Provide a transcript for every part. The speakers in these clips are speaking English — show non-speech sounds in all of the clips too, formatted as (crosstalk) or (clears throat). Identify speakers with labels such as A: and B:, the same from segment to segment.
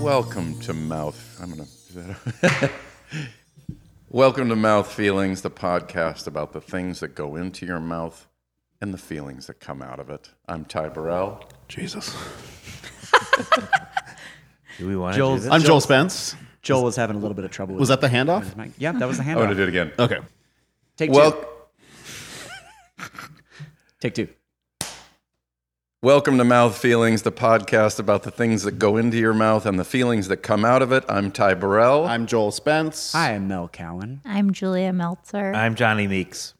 A: Welcome to Mouth. I'm gonna. Is that- (laughs) Welcome to Mouth Feelings, the podcast about the things that go into your mouth and the feelings that come out of it. I'm Ty Burrell.
B: Jesus.
C: Do we want
D: Joel's-
C: to do this?
B: I'm Joel Spence.
D: Joel was Oh, having a little bit of trouble with
B: Was that the handoff?
D: Mike. Yeah, that (laughs) was the
A: I'm
D: handoff.
A: gonna do it again.
B: Okay.
D: Take two.
A: Well,
D: Take two.
A: welcome to Mouth Feelings, the podcast about the things that go into your mouth and the feelings that come out of it. I'm Ty Burrell.
B: I'm Joel Spence.
D: Hi, I'm Mel Cowan. (laughs)
E: I'm Julia Meltzer.
C: I'm Johnny Meeks.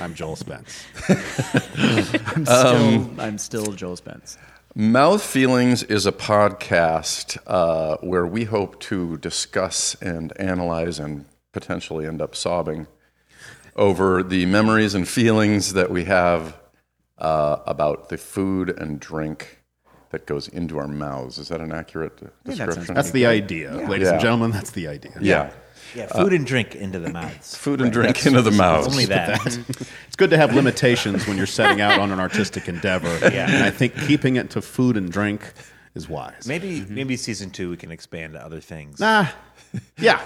B: I'm Joel Spence.
D: I'm still, I'm still Joel Spence.
A: Mouth Feelings is a podcast uh, where we hope to discuss and analyze and potentially end up sobbing over the memories and feelings that we have uh, about the food and drink that goes into our mouths. Is that an accurate description?
B: (laughs) That's the idea, ladies
A: Yeah.
B: and gentlemen. That's the idea.
A: yeah.
C: Yeah, food and drink into the mouths.
A: Food and (laughs) drink into the mouth.
C: Only that.
B: (laughs) It's good to have limitations when you're setting out on an artistic endeavor.
C: Yeah.
B: And I think keeping it to food and drink is wise.
C: Maybe maybe season two we can expand to other things.
B: Nah. Yeah.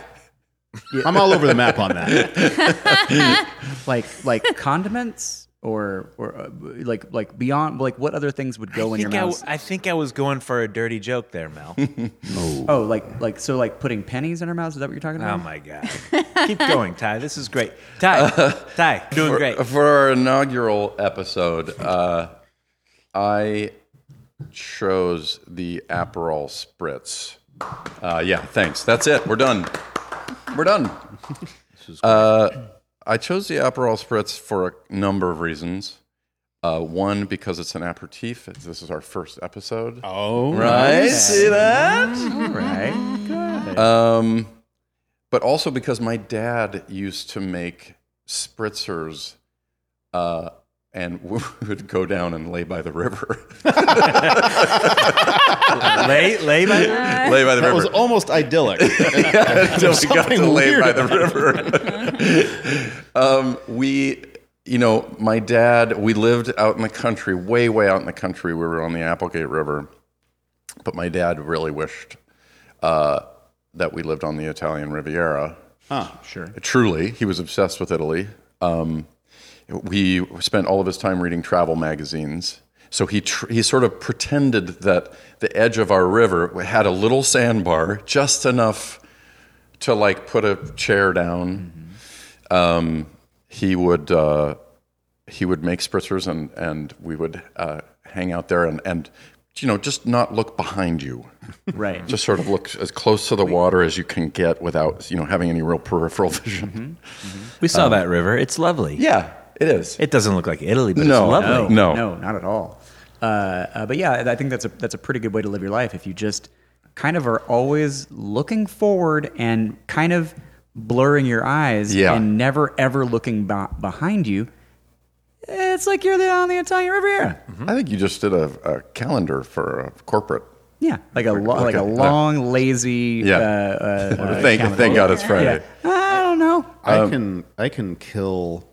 B: I'm all over the map on that.
D: Like (laughs) like condiments or or uh, like like beyond like what other things would go
C: I
D: in your
C: think I,
D: mouth?
C: w- I think I was going for a dirty joke there, Mel.
D: oh, like like so like putting pennies in our mouths. Is that what you're talking
C: oh
D: about?
C: my god! Keep going, Ty. This is great. Ty, Ty, you're doing great.
A: Uh, For our inaugural episode, uh, I chose the Aperol Spritz. Uh, yeah, thanks. That's it. We're done. We're done. Uh, I chose the Aperol Spritz for a number of reasons. Uh, one, because it's an aperitif. This is our first episode.
B: Oh.
A: right? See that?
D: right.
A: Um, but also because my dad used to make spritzers, uh, and (laughs) we would go down and lay by the river.
C: lay, lay by.
A: lay by the
B: That was
A: river.
B: almost idyllic.
A: (laughs) Until we got
B: something
A: to lay
B: weird
A: by the river.
B: (laughs)
A: um, we, you know, my dad, we lived out in the country, way, way out in the country. We were on the Applegate River. But my dad really wished uh, that we lived on the Italian Riviera.
D: Sure.
A: Truly, he was obsessed with Italy. Um, he spent all of his time reading travel magazines. So he tr- he sort of pretended that the edge of our river had a little sandbar, just enough to like put a chair down. Um, he would uh, he would make spritzers and and we would uh, hang out there and and you know just not look behind you
D: Right.
A: just sort of look as close to the water as you can get without you know having any real peripheral (laughs) vision.
C: We saw that river. It's lovely.
A: Yeah, it is.
C: It doesn't look like Italy, but
A: No.
C: it's lovely.
A: No.
D: no, not at all. Uh, uh, but yeah, I think that's a that's a pretty good way to live your life if you just kind of are always looking forward and kind of blurring your eyes
A: Yeah.
D: and never ever looking ba- behind you. It's like you're on the Italian Riviera.
A: Mm-hmm. I think you just did a, a calendar for a corporate.
D: Yeah, like a lo- like
A: a-
D: a long, lazy.
A: Yeah. (laughs)
D: Uh, uh, uh,
A: thank thank God it's
D: yeah.
A: Friday.
D: I don't know.
A: Um,
B: I can I can kill.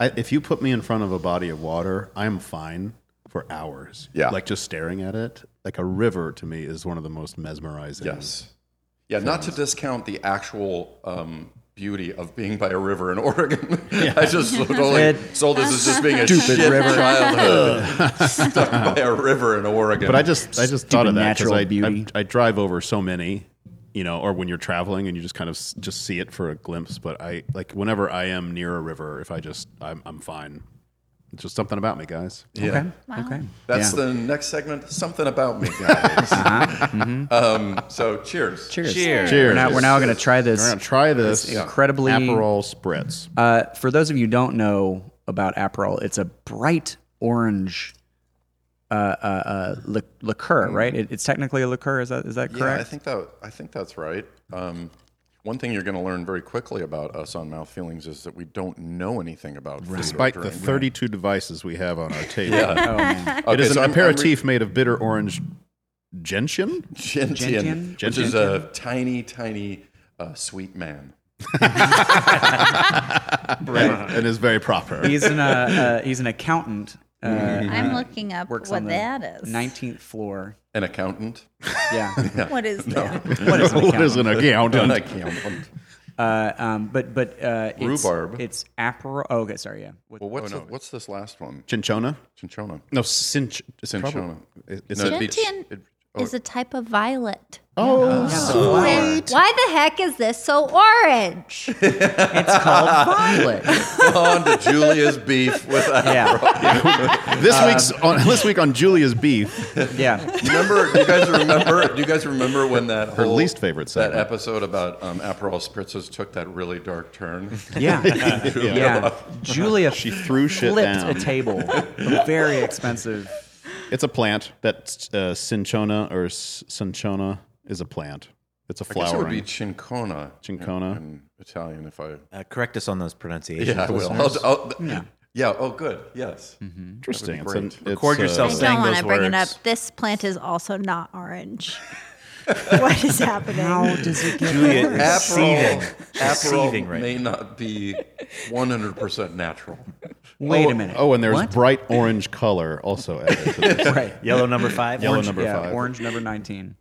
B: I, if you put me in front of a body of water, I'm fine for hours.
A: Yeah.
B: like just staring at it, like a river to me is one of the most mesmerizing.
A: Yes. Yeah, not to discount the actual um, beauty of being by a river in (laughs) Oregon. I just totally sold this as just being a stupid shit river. childhood stuck by a river in Oregon.
B: but I just I just thought of that because
D: natural
B: I, I
D: beauty.
B: I drive over so many, you know, or when you're traveling and you just kind of s- just see it for a glimpse. But I like whenever I am near a river, if I just I'm I'm fine. It's just something about me, guys.
A: yeah.
D: Okay. Okay.
A: That's the next segment. Something about me, guys. um, so cheers.
D: Cheers.
C: Cheers.
D: We're now, we're now going to try
B: We're
D: this.
B: gonna try this
D: incredibly-
B: Aperol spritz.
D: Uh, for those of you who don't know about Aperol, it's a bright orange uh, uh, uh, lic- liqueur, right? It, it's technically a liqueur. Is that is that
A: Yeah, I
D: correct?
A: think that I think that's right. Um, one thing you're going to learn very quickly about us on Mouth Feelings is that we don't know anything about food or
B: Despite the
A: drink.
B: 32 devices we have on
A: (laughs)
B: our table,
A: Okay,
B: it
A: so
B: is an
A: I'm- I'm
B: (laughs) aperitif made of bitter orange gentian.
A: re- gentian,
D: Gentian?
A: which is a tiny, tiny uh, sweet man.
B: Right. And is very proper.
D: Oh. he's an uh, uh, he's an accountant.
E: I'm looking up
D: Works
E: what
D: on the
E: that is.
D: 19th floor.
A: An accountant.
D: Yeah.
E: What is that?
D: what is an
B: (laughs) What is
A: (laughs)
B: an
A: An
B: accountant? (laughs)
A: accountant.
D: Um, but but uh, it's,
A: Rhubarb.
D: It's apero. Oh, okay, sorry, yeah. What-
A: Well,
B: Oh,
A: what's, the- what's this last one?
B: Chinchona?
A: Chinchona.
B: No, cinch. it's probably-
A: Cinchona.
B: It's
A: No,
B: a-
A: it'd be-
E: Gentian
A: it'd- oh,
E: is a type of violet.
B: oh,
E: Why why the heck is this so orange?
D: It's called violet.
A: on to Julia's beef with a
D: (laughs) Yeah,
B: this week's on (laughs) this week on Julia's beef.
D: yeah.
A: Remember, do you guys remember? Do you guys remember when that her whole,
B: least favorite
A: that
B: segment.
A: episode about um, Aperol spritzers took that really dark turn?
D: Yeah. yeah. Julia
B: She threw shit
D: flipped
B: down.
D: a
B: (laughs)
D: table. A very expensive.
B: It's a plant that uh, cinchona or s- cinchona is a plant. It's a
A: I guess it would be
B: flowering.
A: Cincona.
B: Cinchona.
A: in Italian, if I
C: Uh, correct us on those pronunciations.
A: yeah, I will.
C: listeners.
A: I'll- I'll- Yeah. Oh, good. Yes.
C: Mm-hmm.
B: Interesting. It's
A: great.
B: an, it's, uh,
C: Record yourself
E: I
C: saying
E: don't want
C: those
E: to bring it up.
C: words.
E: This plant is also not orange. what is happening?
D: How does it get
C: Julia
D: better?
C: is seething.
A: Aperol,
C: Seething
A: Aperol
C: right
A: may not
C: (laughs)
A: be 100% natural.
D: Wait
B: Oh,
D: a minute.
B: Oh, and there's
D: What?
B: bright orange color also added to this.
D: (laughs) right.
C: Yellow number five.
B: Yellow
C: Orange-
B: number
D: yeah,
B: five.
D: orange number nineteen.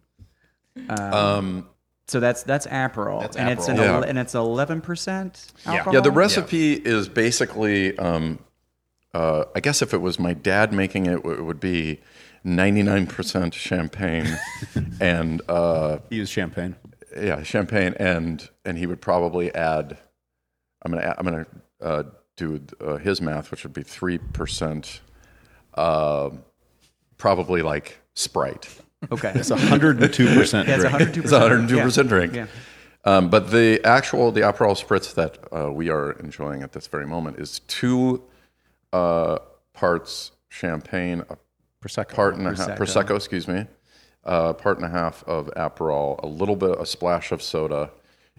D: Um, so that's that's Aperol,
B: That's
D: and it's an
B: Aperol.
D: ele-
A: Yeah.
D: and it's eleven percent alcohol.
A: Yeah,
C: Oh,
A: the recipe is basically, um, uh, I guess if it was my dad making it, it would be 99%
C: (laughs)
A: champagne and, uh,
B: Use champagne.
A: yeah, champagne. And, and he would probably add, I'm going to, I'm going to, uh, do uh, his math, which would be 3%, uh, probably like Sprite.
D: (laughs) Okay,
B: It's 102 percent.
D: that's one hundred two
A: It's a
D: percent.
A: 102% drink.
D: Yeah.
A: Um, but the actual, the Aperol Spritz that uh, we are enjoying at this very moment is two uh, parts champagne, a
B: Prosecco.
A: part and a half, Prosecco, excuse me, a part and a half of Aperol, a little bit, a splash of soda,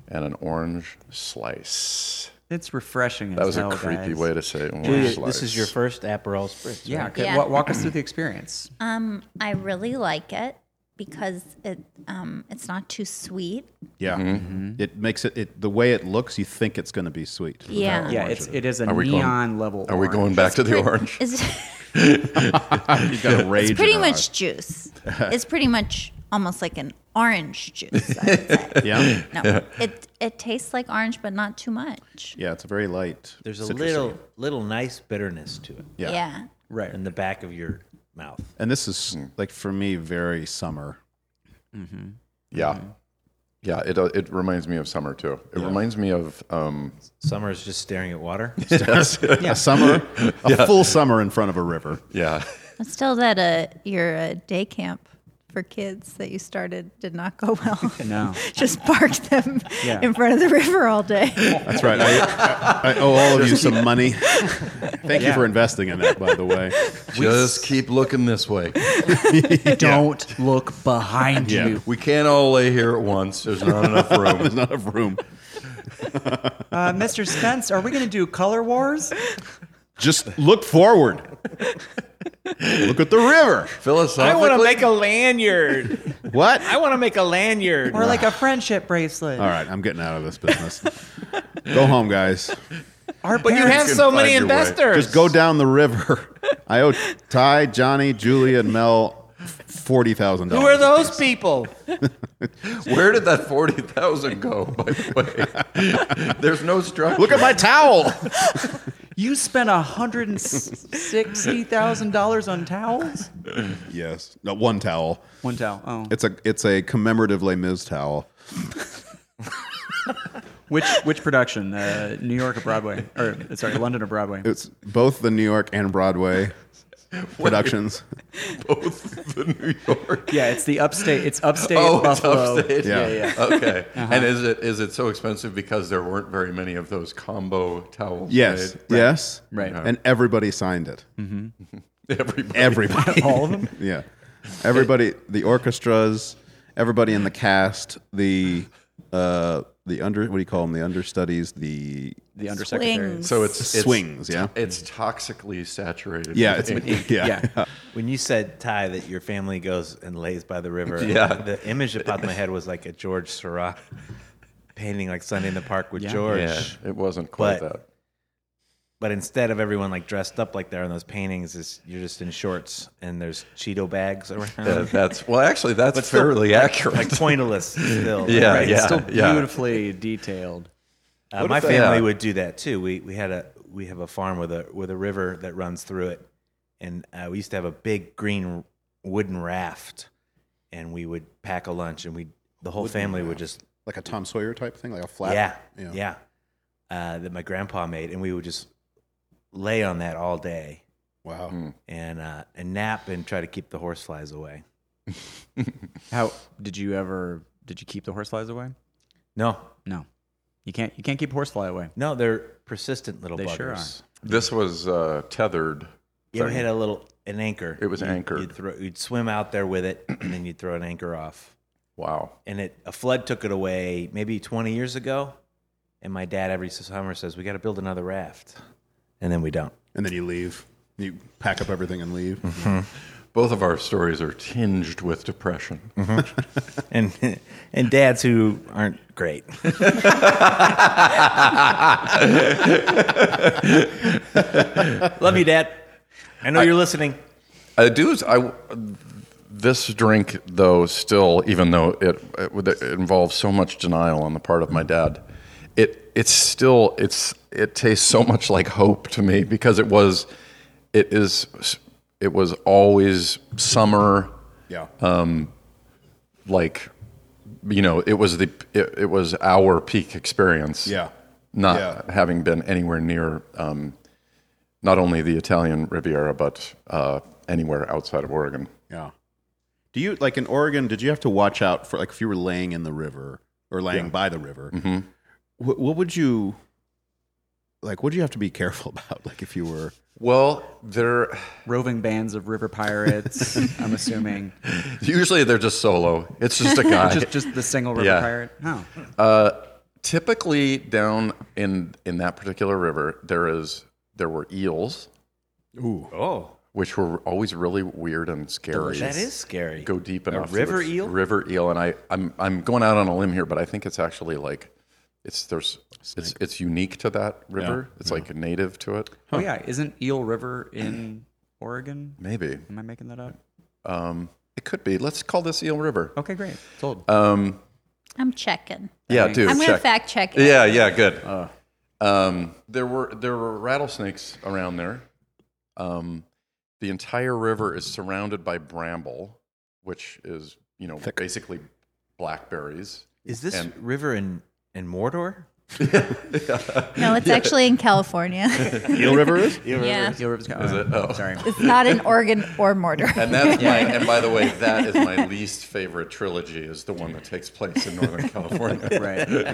A: and an orange slice.
D: It's refreshing.
A: That was a creepy way to say orange
C: Julia,
A: slice.
C: this is your first Aperol Spritz.
D: Yeah,
C: right?
D: okay.
E: Yeah.
D: wa- walk us through the experience.
C: Uh-huh.
E: Um, I really like it because it um, it's not too sweet.
B: Yeah. Mm-hmm. It makes it, it the way it looks. You think it's going to be sweet.
E: Yeah.
D: Yeah, it's it is a
A: we going-
D: neon level.
A: Are we going back to the (laughs) orange?
E: It's,
B: You've got a rage.
E: it's (laughs) pretty
B: in her
E: much juice. It's pretty much almost like an orange juice. I would say.
B: eye. (laughs) Yeah.
E: No, it it tastes like orange, but not too much.
B: Yeah. It's a very light.
C: There's a
B: citrusy.
C: little, little nice bitterness to it
B: Yeah.
E: yeah.
D: Right.
C: in the back of your mouth.
B: And this is
E: Hmm.
B: like for me very summer.
A: yeah. Yeah, it, uh, it reminds me of summer too. It reminds me of um,
C: Summer is just staring at (laughs) water.
B: A summer, a full summer in front of a river.
A: (laughs) yeah,
E: I'm still that uh, your uh, day camp for kids that you started did not go well.
D: No.
E: (laughs) Just parked them
D: Yeah.
E: in front of the river all day.
B: That's right. I, I owe all of you some money. Thank you
D: Yeah.
B: for investing in that, by the way.
A: just keep looking this way.
D: Don't look behind
B: Yeah.
D: you.
A: We can't all lay here at once. There's not enough (laughs) room.
B: There's not enough room.
D: Uh, Mr. Spence, are we going to do color wars?
B: Just look forward. Look at the river.
A: Philosophically,
C: a lanyard.
B: What?
C: want to make a lanyard.
D: Or like a friendship bracelet?
B: All right, I'm getting out of this business. Go home, guys.
D: Our
C: But you have
D: parents-
C: so
A: Find
C: many
A: your way.
C: investors.
B: Just go down the river. I owe Ty, Johnny, Julia, and Mel forty thousand dollars.
C: Who are those people?
A: where did that forty thousand go? By the way, (laughs) there's no structure.
B: Look at my
D: (laughs)
B: towel.
D: You spent $160,000 on towels?
B: yes, no one towel.
D: One towel. Oh.
B: It's a it's a commemorative Les Mis towel.
D: Which which production? Uh, New York or Broadway? Or sorry, London or Broadway?
B: It's both the New York and
D: (laughs)
B: Broadway productions.
A: both (laughs) the New York.
D: Yeah, it's the upstate. It's upstate
A: Oh, it's
D: Buffalo.
A: upstate.
B: Yeah.
D: Yeah, yeah.
A: Okay. And is it is it so expensive because there weren't very many of those combo towels? (laughs)
B: Yes, yes,
D: Right. Mm-hmm.
B: And everybody signed it.
A: made? Everybody.
B: Everybody.
D: (laughs) All of them?
B: (laughs) yeah, everybody. The orchestras, everybody in the cast, the uh, the under what do you call them? The understudies, the
D: The undersecretaries.
E: Swings.
A: So it's, it's
B: swings. Yeah,
A: It's toxically saturated.
B: yeah,
A: with
B: it's,
A: ink.
B: (laughs) yeah,
D: Yeah.
C: When you said Ty that your family goes and lays by the river, (laughs)
A: Yeah.
C: the image that popped in my head was like a George Seurat (laughs) painting, like Sunday in the Park with
D: Yeah.
C: George.
A: Yeah, It wasn't quite
C: But
A: that.
C: But instead of everyone like dressed up like they're in those paintings, is you're just in shorts and there's Cheeto bags around.
A: Uh, that's well, actually, that's
C: still,
A: fairly accurate.
C: (laughs) Like pointless (laughs) still.
A: Yeah,
D: right.
A: yeah,
D: it's still
A: yeah.
D: beautifully detailed.
C: Uh, my
A: if they-
C: family
A: Yeah.
C: would do that too. We we had a we have a farm with a with a river that runs through it, and uh, we used to have a big green wooden raft, and we would pack a lunch, and we the whole family would just
B: like a Tom Sawyer type thing, like a flat.
C: yeah yeah, uh, that my grandpa made, and we would just lay on that all day
B: Wow.
C: and uh, and nap and try to keep the horse flies away.
D: How did you ever? Did you keep the horseflies away?
C: No,
D: No, you can't. You can't keep horsefly away.
C: no, they're persistent little
D: They
C: buggers.
D: sure
A: (laughs) This was uh, tethered.
C: You ever hit a little an anchor?
A: It was
C: You'd-
A: anchored.
C: You'd, throw, you'd swim out there with it, and then you'd throw an anchor off.
A: Wow.
C: and it a flood took it away maybe 20 years ago and my dad every summer says we got to build another raft and then we don't (laughs)
B: And then you leave. You pack up everything and leave.
A: Both of our stories are tinged with depression.
C: and and dads who aren't great (laughs) love you dad i know you're listening
A: I do. I this drink though still, even though it, it, would- it involves so much denial on the part of my dad, it it's still it's it tastes so much like hope to me because it was it is it was always summer
B: yeah.
A: like you know it was the it, it was our peak experience
B: yeah.
A: not
B: Yeah.
A: having been anywhere near um, not only the Italian Riviera but uh, anywhere outside of Oregon.
B: Yeah. Do you like in Oregon? Did you have to watch out for like if you were laying in the river or laying by the river? What, what would you like? What do you have to be (laughs) careful about? Like if you (laughs) were
A: Well, there
D: Roving bands of river
A: (laughs)
D: pirates. I'm assuming
A: usually they're just solo. It's
C: (laughs)
A: just a guy.
D: just just the single river
A: Yeah.
D: pirate. Oh,
A: Typically down in in that particular river, there is there were eels,
C: oh
A: which were always really weird and scary.
C: that is scary
A: go deep enough. to
C: river
A: the-
C: eel?
A: River eel, and I I'm I'm going out on a limb here, but I think it's actually like it's there's it's it's unique to that river. It's like native to it.
D: oh yeah. Isn't Eel River in Oregon?
A: Maybe
D: Am I making that up?
A: um, it could be. Let's call this eel river.
D: Okay, great. Uh, Sold.
A: Um,
E: I'm checking.
A: yeah, dude.
E: I'm going to
A: check.
E: fact check it.
A: Yeah, yeah, good. um, there were there were rattlesnakes around there. Um, the entire river is surrounded by bramble, which is you know basically blackberries.
C: is this
A: And-
C: river in in
A: (laughs)
C: mordor
E: No, it's actually in California. (laughs)
B: Eel River is
E: yeah.
D: Eel River's
A: Is it? Oh.
D: Uh,
A: (laughs)
D: Sorry.
E: It's not in Oregon or Mortar.
A: And
E: (laughs)
A: that's my and by the way, that is my least favorite trilogy. Is the one that takes place in Northern California.
D: Right. right.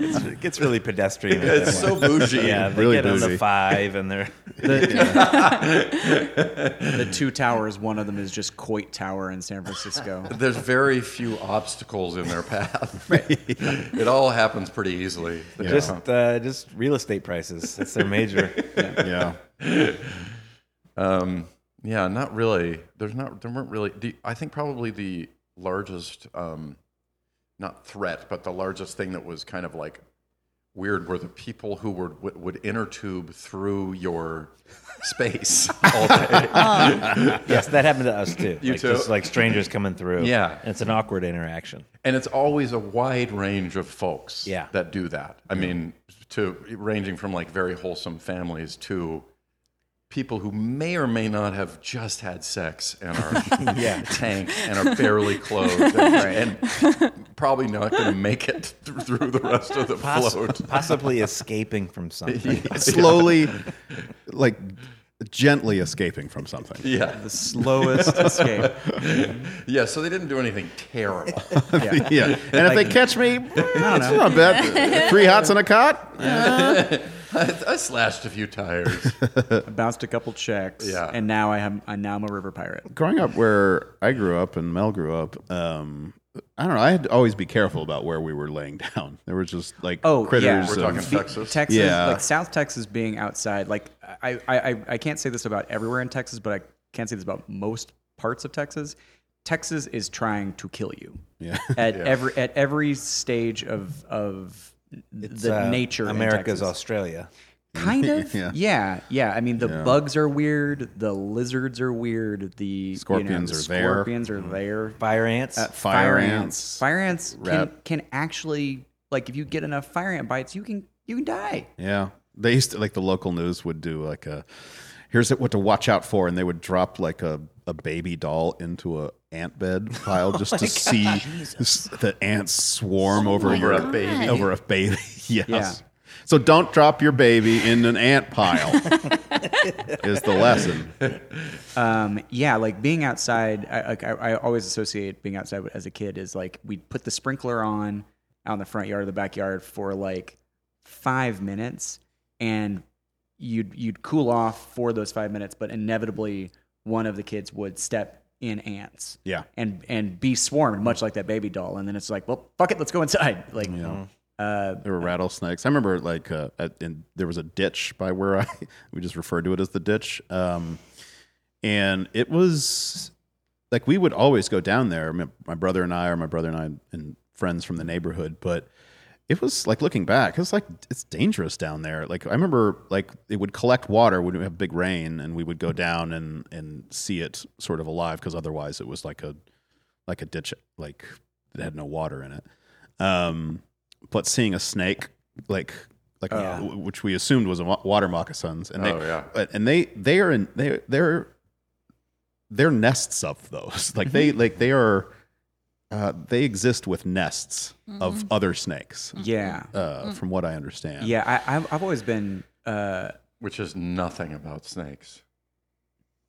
C: it gets really pedestrian at
A: (laughs)
C: that
A: It's
C: one.
A: so bougie.
C: yeah they
B: really
C: get on
B: bougie.
C: the five
A: (laughs)
C: and they're
D: (laughs) The two towers. One of them is just Coit Tower in San
A: (laughs)
D: Francisco.
A: There's very few obstacles in their path. it all happens pretty easily.
C: just uh, just real estate prices that's their major
B: yeah.
A: (laughs) Um, yeah, not really. There's not. There weren't really. The, I think probably the largest, um, not threat, but the largest thing that was kind of like weird were the people who were would, would inner tube through your space all day.
C: Yes, that happened to us too.
A: You
C: like,
A: too?
C: Just like strangers coming through.
A: Yeah.
C: And it's an awkward interaction.
A: and it's always a wide range of folks
C: Yeah.
A: that do that. I mean, to ranging from like very wholesome families to people who may or may not have just had sex and
C: (laughs)
A: are tanked and are barely clothed and, and probably not going to make it th- through the rest of the
C: Poss-
A: float.
C: possibly escaping
B: (laughs)
C: from something.
B: Slowly, like gently escaping from something.
A: Yeah,
D: The slowest escape.
A: yeah. So they didn't do anything terrible.
C: (laughs)
B: Yeah. And if they catch (laughs) me, it's not bad. Three hots and a cot.
A: I, I slashed a few
C: (laughs)
A: tires.
D: I bounced a couple checks.
A: Yeah.
D: And now I have. I now I'm a river pirate.
B: growing up where I grew up and Mel grew up, um, I don't know. I had to always be careful about where we were laying (laughs) down. There was just like
D: Oh,
B: critters.
D: yeah. We're
A: talking
B: of-
A: fe- Texas?
D: Texas,
B: Yeah.
D: like South Texas being outside. Like I, I, I, I can't say this about everywhere in Texas, but I can say this about most parts of Texas. Texas is trying to kill you.
B: Yeah. (laughs)
D: At every at every stage of of the
C: Uh,
D: nature. in
C: America's
D: Texas.
C: Australia.
B: (laughs)
D: Kind of.
B: Yeah.
D: yeah. yeah. I mean, the
B: Yeah.
D: bugs are weird. The lizards are weird. The
B: Scorpions
D: you know,
B: are
D: the
B: there. Mm-hmm.
D: Scorpions are there.
C: Fire ants.
D: Uh,
B: Fire ants.
D: Fire ants can,
B: Rat-
D: can actually like if you get enough fire ant bites, you can you can die.
B: Yeah. They used to like the local news would do like a here's what to watch out for and they would drop like a, a baby doll into a ant bed pile just to see s- the ants swarm over, your-
E: God. baby.
B: over a baby. (laughs) yes.
D: Yeah.
B: So don't drop your baby in an ant pile. (laughs) is the lesson.
D: Um, yeah, like being outside. I, like I, I always associate being outside as a kid is like we'd put the sprinkler on out in the front yard or the backyard for like five minutes, and you'd you'd cool off for those five minutes, but inevitably one of the kids would step in ants.
B: Yeah.
D: And and be swarmed much like that baby doll, and then it's like, well, fuck it, let's go inside. (laughs) Like, uh,
B: There were rattlesnakes. I remember like uh, at, in, there was a ditch by where I (laughs) we just referred to it as the ditch, um, and it was like we would always go down there. My, my brother and I, or my brother and I, and friends from the neighborhood. But it was like looking back, it was like it's dangerous down there. Like I remember, like it would collect water when we have big rain, and we would go down and and see it sort of alive because otherwise it was like a like a ditch like that had no water in it. Um, but seeing a snake like like
D: Yeah.
B: w- which we assumed was a wa- water moccasins, and they
A: Oh, yeah.
B: but- and they they are in they they're they're nests of those (laughs) like they like they are uh, they exist with nests of other snakes
D: yeah,
B: uh, from what i understand
D: yeah. I, I've I've always been. Uh,
A: which is nothing about snakes,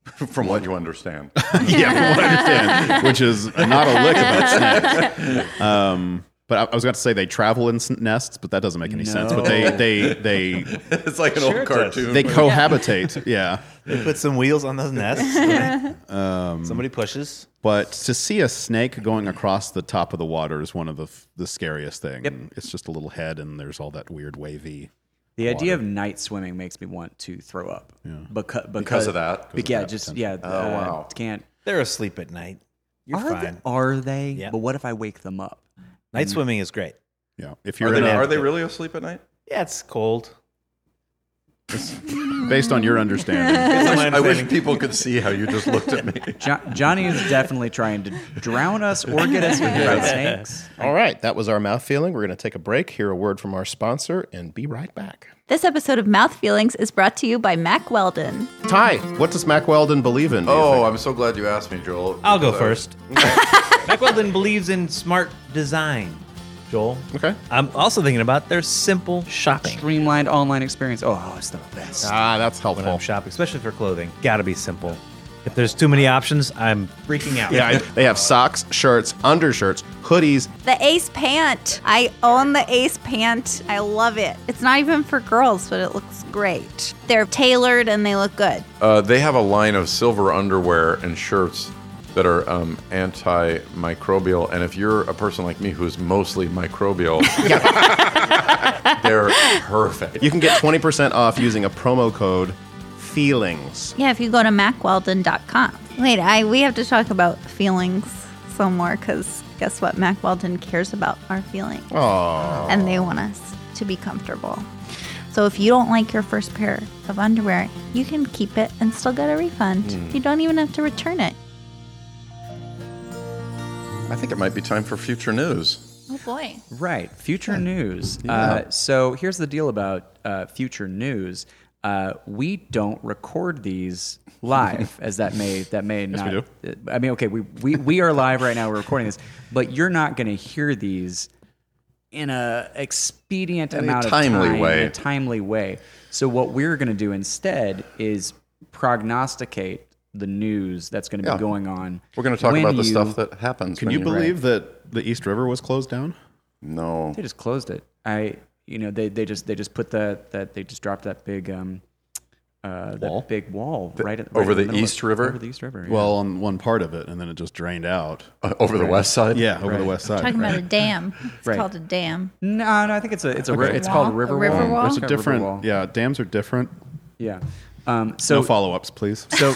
A: (laughs) from what you
C: (laughs)
A: understand.
B: (laughs) yeah from what i understand which is not a lick about snakes um but I, I was going to say they travel in s- nests but that doesn't make any sense but they
D: No.
B: they they
A: it's like an
C: Sure
A: old
C: it does.
A: cartoon. (laughs)
B: they cohabitate yeah
C: They put some wheels on those nests. (laughs) Somebody pushes.
B: But to see a snake going across the top of the water is one of the the scariest things. It's just a little head, and there's all that weird wavy.
D: The idea of night swimming makes me want to throw up. Becau- Because,
A: of that?
D: Be- yeah, just yeah. Oh
A: wow.
D: Can't.
C: They're asleep at night. You're
D: are
C: fine.
D: they? Are they?
C: Yeah.
D: But what if I wake them up?
C: Night swimming is great.
B: Yeah, if
A: are,
B: you're in
A: they,
B: a,
A: are they really asleep at night?
C: Yeah, it's cold.
B: based on your understanding,
C: It's
A: I wish
C: understanding.
A: people could see how you just looked (laughs) at me.
D: Jo- Johnny is definitely trying to drown us or get (laughs) us eaten by snakes.
F: All right, that was our mouth feeling. We're going to take a break, hear a word from our sponsor, and be right back.
E: This episode of Mouth Feelings is brought to you by Mac Weldon.
F: Ty, what does Mac Weldon believe in? do you
A: Oh,
F: think?
A: I'm so glad you asked me, Joel.
C: I'll go
A: because I-
C: first. (laughs) Mac Weldon believes in smart design, Joel.
F: okay.
C: I'm also thinking about their simple shopping.
D: Streamlined online experience. Oh, it's the best.
F: Ah, that's
C: When
F: helpful.
C: I'm shopping, especially for clothing, gotta be simple. If there's too many options, I'm freaking out.
F: Yeah, I- they have socks, shirts, undershirts, hoodies.
E: The Ace Pant. I own the Ace Pant. I love it. It's not even for girls, but it looks great. They're tailored and they look good.
A: Uh, they have a line of silver underwear and shirts that are um, antimicrobial. And if you're a person like me who's mostly (laughs) microbial, they're perfect.
F: You can get 20% off using a promo code feelings.
E: Yeah, if you go to macweldon.com. Wait, I we have to talk about feelings some more because guess what? Mac Weldon cares about our feelings. And they want us to be comfortable. So if you don't like your first pair of underwear, you can keep it and still get a refund. You don't even have to return it.
A: I think it might be time for future news.
E: Oh boy.
D: Right. Future news. Uh, so here's the deal about uh, future news. Uh, we don't record these
A: (laughs)
D: live, as that may that may not. We do. I mean, okay, we, we we are live right now. We're recording this, but you're not going to hear these in a expedient
A: In a
D: amount
A: timely
D: of time,
A: way.
D: in a timely way. So what we're going to do instead is prognosticate the news that's going to
A: Yeah.
D: be going on.
A: We're going to talk
D: when
A: about the
D: you-
A: stuff that happens.
B: can
A: when
B: you believe that the East River was closed down?
A: No.
D: They just closed it. I, you know, they, they just they just put that that they just dropped that big um, uh, that big wall right, at, right
A: over
D: in
A: the
D: middle of-
A: East River?
D: over the East River. yeah.
B: Well, on one part of it, and then it just drained out.
A: Uh, (laughs) over the west side?
B: Yeah, over the west side.
E: Talking about a dam. It's
D: Right.
E: called a dam.
D: no, no, I think it's a it's a ri- it's
E: Wall?
D: called river
E: A river
D: wall.
E: wall?
D: It's
B: There's a
D: called river
B: different.
D: wall.
B: Yeah, dams are different.
D: yeah. Um, so
B: No follow-ups, please.
D: so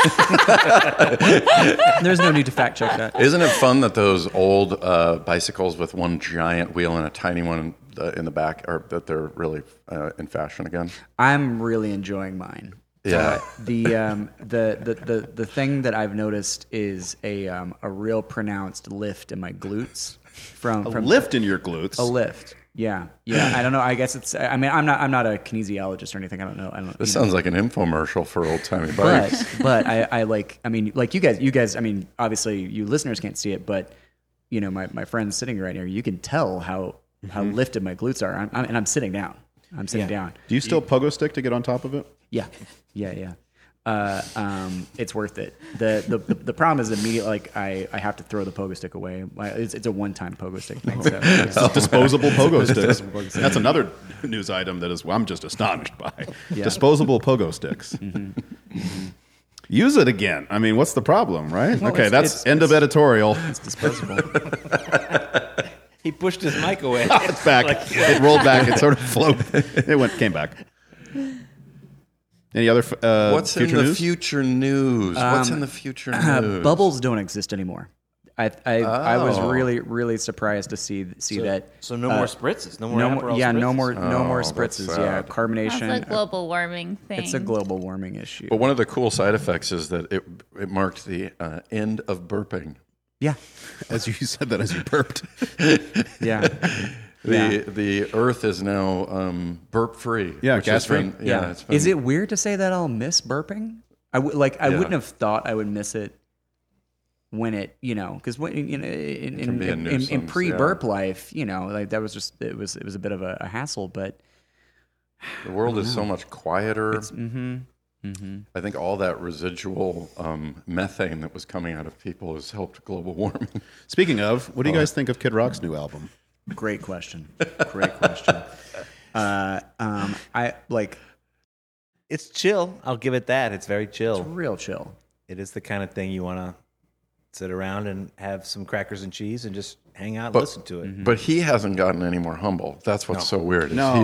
D: there's no need to fact check that.
A: Isn't it fun that those old uh, bicycles with one giant wheel and a tiny one uh, in the back are that they're really uh, in fashion again.
D: I'm really enjoying mine.
A: Yeah.
D: Uh, the um the, the the the thing that I've noticed is a um a real pronounced lift in my glutes from
B: A
D: from
B: lift in your glutes.
D: a lift. Yeah, yeah. I don't know. I guess it's. I mean, I'm not. I'm not a kinesiologist or anything. I don't know. I don't.
A: This
D: you know.
A: sounds like an infomercial for old timey bikes.
D: but (laughs) but I, I like I mean like you guys you guys I mean obviously you listeners can't see it but you know my my friend sitting right here you can tell how how lifted my glutes are I'm, I'm, and I'm sitting down I'm sitting down
B: Do you still pogo stick to get on top of
D: (laughs)
B: it?
D: yeah yeah yeah uh, um, it's worth it the the, the the problem is immediately like I, I have to throw the pogo stick away I- it's, it's a one time pogo stick thing so (laughs) it's
B: It's a disposable pogo sticks. That's another news item that is I'm just astonished
D: (laughs)
B: by. Disposable pogo sticks.
D: Mm-hmm.
B: Use it again. I mean, what's the problem, right? okay,
D: it's-
B: that's
D: it's-
B: end of editorial.
D: (laughs) it's disposable
C: (laughs) He pushed his mic (laughs) away.
B: It's back. it rolled back. It sort
D: (laughs)
B: of floated. It went came back. Any other f- uh,
A: What's in
B: future
A: the future news?
B: news? Um, uh,
A: What's in the future news?
D: Uh, bubbles don't exist anymore I I, I was
A: Oh.
D: really really surprised to see see that uh,
C: so no more spritzes. No more.
D: no more,
C: Aperol
D: yeah, no
C: spritzes.
D: more, no more
A: Oh, that's
D: spritzes. Yeah,
A: sad.
E: That's
D: carbonation.
E: a global warming thing.
D: it's a global warming issue.
C: Oh.
A: But one of the cool side effects is that it it marked the uh, end of burping.
C: (laughs)
D: yeah,
B: As you (laughs) said that as you burped.
D: yeah,
A: The the Earth is now um, burp free.
B: Yeah, gas-free.
A: Yeah,
D: yeah.
A: It's been,
D: Is it weird to say that I'll miss burping? I would like. I
A: Yeah.
D: wouldn't have thought I would miss it when it, you know, because when you know, in in,
A: be a
D: in, in,
A: nuisance, yeah.
D: pre burp life, you know, like that was just it was it was a bit of a, a hassle, but
A: The world is so much quieter.
D: mm-hmm, mm-hmm.
A: I think all that residual um, methane that was coming out of people has helped global (laughs) warming.
B: Speaking of, what do you guys think of Kid Rock's new album?
D: Great question. Great question.
A: (laughs)
D: Uh, um, I like
C: It's chill. I'll give it that. It's very chill.
D: real chill.
C: It is the kind of thing you want to sit around and have some crackers and cheese and just hang out, and listen to it.
D: Mm-hmm.
A: But he hasn't gotten any more humble. That's what's so weird. Is
B: No, Mm-hmm.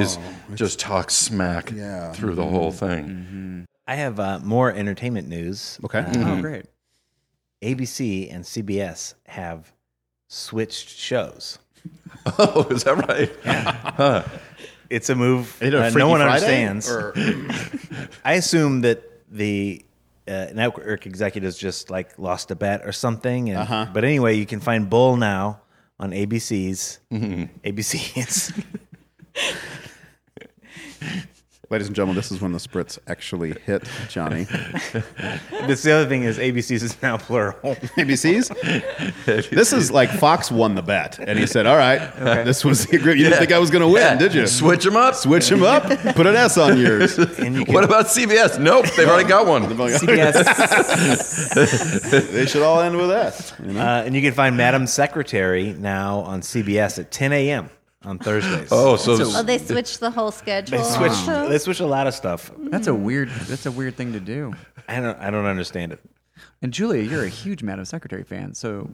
A: he's just talks smack through the whole thing.
C: I have uh, more entertainment news. Uh,
B: Okay.
A: Mm-hmm.
D: Oh, great.
C: ABC and CBS have switched shows.
A: (laughs) Oh, is that right?
C: It's a move
B: They did a
C: uh,
B: Freaky
C: no one
B: Friday?
C: understands.
B: Or-
C: I assume that the uh, network executives just like lost a bet or something. And, But anyway, you can find Bull now on ABC's. (laughs) ABC's.
B: Ladies and gentlemen, this is when the spritz actually hit Johnny.
C: That's the other thing is ABC's is now plural.
B: ABC's. this is like Fox won the bet, and he said, "All right, this was the agreement. You didn't think I was going to win, did you?
A: Switch him up.
B: Switch him up, put an S on yours.
C: And you can,
A: What about CBS? Nope, they've already got one.
B: they should all end with S. you know?
C: uh, and you can find Madam Secretary now on CBS at 10 a.m. on Thursdays.
A: Oh, so
E: Oh, they switched the whole schedule.
C: They switched. They switched a lot of stuff.
D: That's a weird. That's a weird thing to do.
C: I don't. I don't understand it.
D: And Julia, you're a huge Madam Secretary fan, so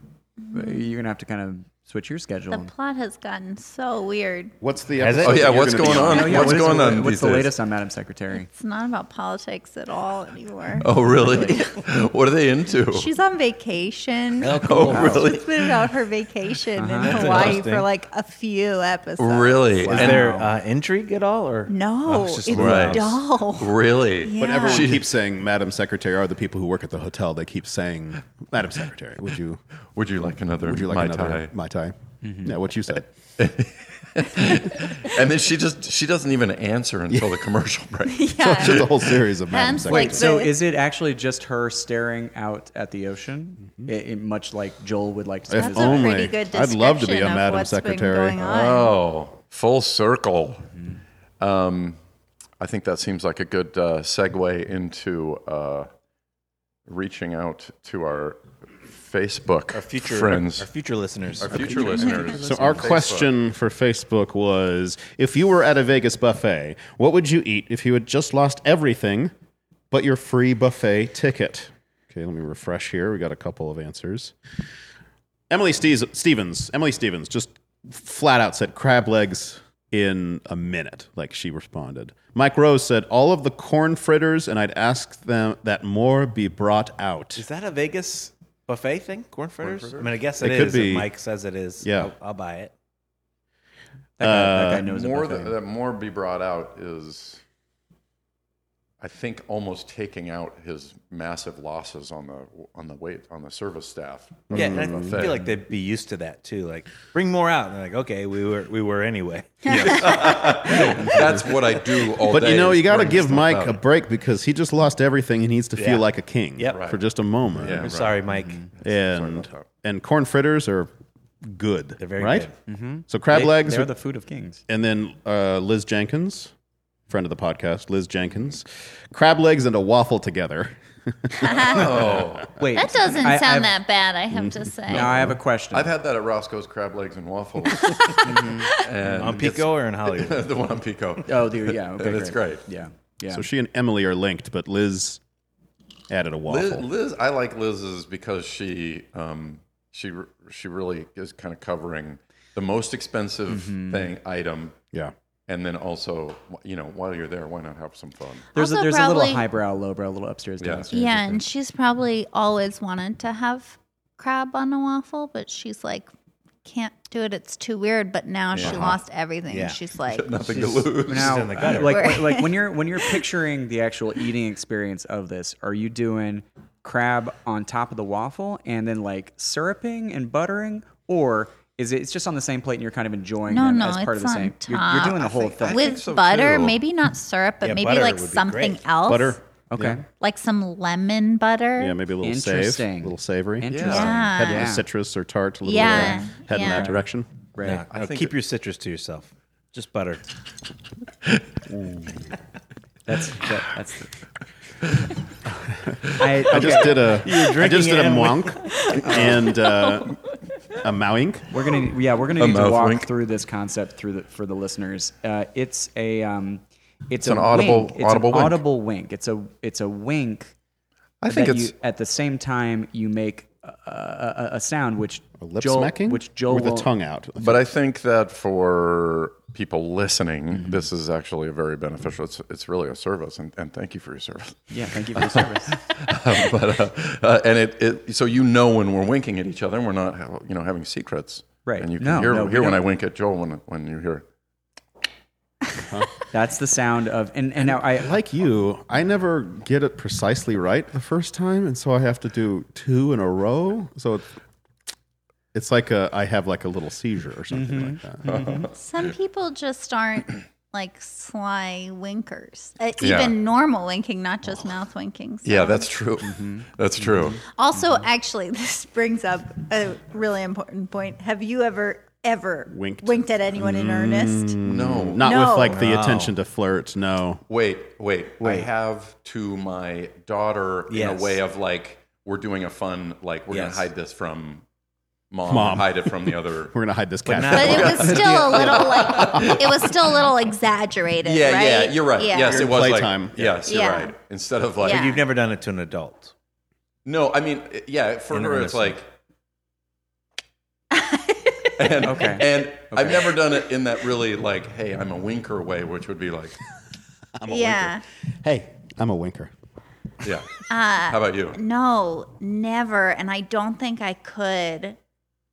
D: uh, you're gonna have to kind of switch your schedule.
E: The plot has gotten so weird.
B: What's the
C: Has it?
B: episode
C: Oh, yeah,
B: that you're
A: what's
B: gonna be
A: going on?
D: yeah,
A: What's
D: what is-
A: going on
D: What's
A: these
D: the
A: days?
D: latest on Madam Secretary?
E: It's not about politics at all anymore.
A: Oh, really? (laughs) what are they into?
E: She's on vacation.
A: oh, really?
E: She's been about her vacation in Hawaii
C: interesting.
E: for like a few episodes.
A: Really?
C: Is
A: And-
C: there uh, intrigue at all, or
E: No,
C: Oh, it's just
E: it's,
A: Right.
E: dull.
A: really?
E: Yeah.
B: But everyone keeps saying Madam Secretary are the people who work at the hotel. They keep saying Madam Secretary. Would you?
A: Would you like another
B: Would you like
A: Mai
B: another
A: Tai?
B: my tie? Yeah, what you said.
A: And then she just she doesn't even answer until the commercial
B: (laughs)
A: break.
E: (laughs) Yeah.
B: Just a whole series of Madam
E: Hence,
B: Secretary.
E: like,
D: So
E: the-
D: is it actually just her staring out at the ocean,
E: Mm-hmm.
D: I- I- much like Joel would like to? spend
B: If
E: that's
D: his-
E: a
B: only.
E: pretty good
B: I'd love to be
E: description
B: a
E: of
B: Madam
E: what's been
B: Secretary.
E: going on.
A: Oh, full circle. Um, I think that seems like a good uh, segue into uh, reaching out to our Facebook
C: our future
A: friends,
C: our future listeners?
A: our future listeners.
B: So our
A: on Facebook.
B: question for Facebook was: If you were at a Vegas buffet, what would you eat if you had just lost everything, but your free buffet ticket? Okay, let me refresh here. We got a couple of answers. Emily Stees Stevens. Emily Stevens just flat out said crab legs in a minute. Like she responded. Mike Rose said all of the corn fritters, and I'd ask them that more be brought out.
C: Is that a Vegas buffet thing? Corn fritters? I mean, I guess
B: It
C: it
B: could
C: is.
B: be.
C: If Mike says it is.
B: Yeah.
C: I'll, I'll buy it.
D: That guy, that
F: Uh,
D: guy knows
A: more
D: about
A: that, that more be brought out is i think almost taking out his massive losses on the on the weight on the service staff Mm-hmm.
C: Yeah, and I
A: Buffet.
C: feel like they'd be used to that too. Like, bring more out. And they're like, okay, we were we were
A: (laughs)
C: anyway.
A: that's what i do all
B: But
A: day
B: you know, you
A: is
B: got to
A: bring
B: give
A: stuff
B: Mike
A: out.
B: a break because he just lost everything. He needs to
C: Yeah.
B: feel like a king
C: Yep.
B: for just a moment.
A: Yeah,
C: I'm
A: right.
C: sorry, Mike.
A: Mm-hmm.
B: And and corn fritters are good. They're
C: very
B: right. Mm-hmm. So crab
D: They-
B: legs,
D: They're
B: are-
D: the food of kings.
B: and then uh, Liz Jenkins, friend of the podcast, Liz Jenkins, crab legs and a waffle together.
A: oh
D: Wait,
E: (laughs) (laughs) That doesn't
D: I- I've-
E: sound that bad, I have to say.
D: Now I have a question.
A: i've had that at roscoe's crab legs and waffles (laughs) and
C: On Um, Pico or in
A: (laughs)
C: Hollywood?
A: it's- the one on pico
D: oh,
A: (laughs)
D: dude, yeah, okay,
A: And it's great.
D: Yeah, yeah.
B: So she and Emily are linked, but Liz added a
A: Liz,
B: waffle.
A: Liz, I like Liz's because she, um, she, r- she really is kind of covering the most expensive
B: Mm-hmm.
A: thing item,
B: yeah.
A: and then also, you know, while you're there, why not have some fun?
D: there's a,
E: Also
D: there's a
E: probably-
D: little highbrow, lowbrow, a little upstairs,
A: Yeah.
D: downstairs.
E: yeah, and she's probably always wanted to have crab on a waffle, but she's like, can't do it. It's too weird. But now she lost everything.
C: Yeah. (laughs)
E: She's like,
A: Nothing to lose.
D: Now, uh,
C: in the gutter.
D: like
E: Right.
D: like
E: (laughs)
D: when you're when you're picturing the actual eating experience of this, are you doing crab on top of the waffle and then like syruping and buttering, or is it it's just on the same plate and you're kind of enjoying
E: no,
D: them
E: no,
D: as
E: it's
D: part of the
E: on
D: same?
E: top.
D: You're, you're doing the whole thing.
A: think
E: with
A: so,
E: butter,
A: too.
E: maybe not syrup, but
C: Yeah,
E: maybe
C: butter
E: like
C: would be
E: something
C: great.
E: else,
B: Butter.
D: okay,
E: like some lemon butter.
B: Yeah, maybe a little save, a
D: Interesting.
B: little savory.
D: interesting.
E: Yeah.
B: Head in
D: Yeah.
B: the citrus or tart, a little
E: Yeah,
B: uh, head in
E: yeah.
B: that direction.
D: Right.
C: No, no, keep your citrus to yourself. Just butter.
D: That's that, that's. The, I,
B: I just did a, I just
C: drinking
B: did a
C: it and-
B: mwonk and uh, a mowink.
D: We're gonna yeah, we're gonna need to
A: mouth
D: walk
A: wink.
D: through this concept through the, for the listeners. Uh, it's a um, it's,
A: an
D: a
A: audible-
D: wink. It's
A: audible
D: an
A: wink.
D: audible wink. It's a it's a wink.
A: I think
D: that
A: it's
D: you, at the same time you make a, a, a sound which a
B: Lip
D: Joel,
B: smacking?
D: which Joel
B: With the
D: will-
B: tongue out.
A: But I think that for people listening,
B: Mm-hmm.
A: this is actually a very beneficial. It's, it's really a service, and, and thank you for your service.
D: Yeah, thank you for your service.
A: (laughs) but uh, uh, and it, it so you know when we're winking at each other, and we're not ha- you know having secrets,
D: Right.
A: And you can
D: No,
A: hear,
D: no, we
A: hear when
D: don't.
A: I wink at Joel when when you hear.
D: That's the sound of and and now I
B: Like you, I never get it precisely right the first time, and so I have to do two in a row. So it's, it's like a, I have like a little seizure or something like that.
E: Some people just aren't (clears throat) like sly winkers. Uh, even
A: Yeah.
E: normal winking, not just mouth winking. so-
A: Yeah, that's (laughs) true. That's true.
E: Also, actually, (laughs) this brings up a really important point. Have you ever, ever
B: Winked.
E: at anyone in
C: Mm.
E: earnest?
A: No,
B: Mm. Not
E: No.
B: with like the attention to flirt. No,
A: wait, wait, I have to my daughter in
C: Yes.
A: a way of like we're doing a fun like we're
C: Yes.
A: gonna hide this from mom,
B: Mom.
A: hide it from the
B: (laughs)
A: other.
B: we're gonna hide this cat.
C: not-
E: But it was still a little like it was still
A: (laughs)
E: a little exaggerated,
A: yeah,
E: right?
A: yeah, you're right. Yes,
B: Your
A: it was
B: playtime.
A: like yes, you're
E: Yeah.
A: right. Instead of like
E: Yeah.
C: You've never done it to an adult.
A: No, I mean, it- yeah, for
C: In
A: her, it's
C: earnest.
A: like. and
D: Okay.
A: and I've never done it in that really like, hey, I'm a winker way, which would be like,
E: yeah.
B: hey, I'm a winker.
A: yeah. How about
C: (laughs)
A: you?
E: No, never. And I don't think I could.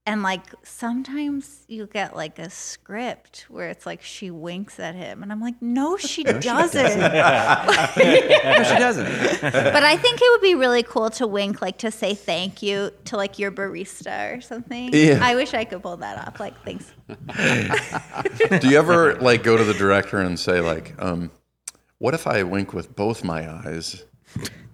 E: And like sometimes you get like a script where it's like she winks at him. And I'm
A: (laughs)
E: like, no, she doesn't.
D: no she doesn't.
E: but I think it would be really cool to wink, like to say thank you to like your barista or something.
A: Yeah.
E: I wish I could pull that off. Like, thanks.
A: Do you ever like go to the director and say like, um, what if I wink with both my eyes,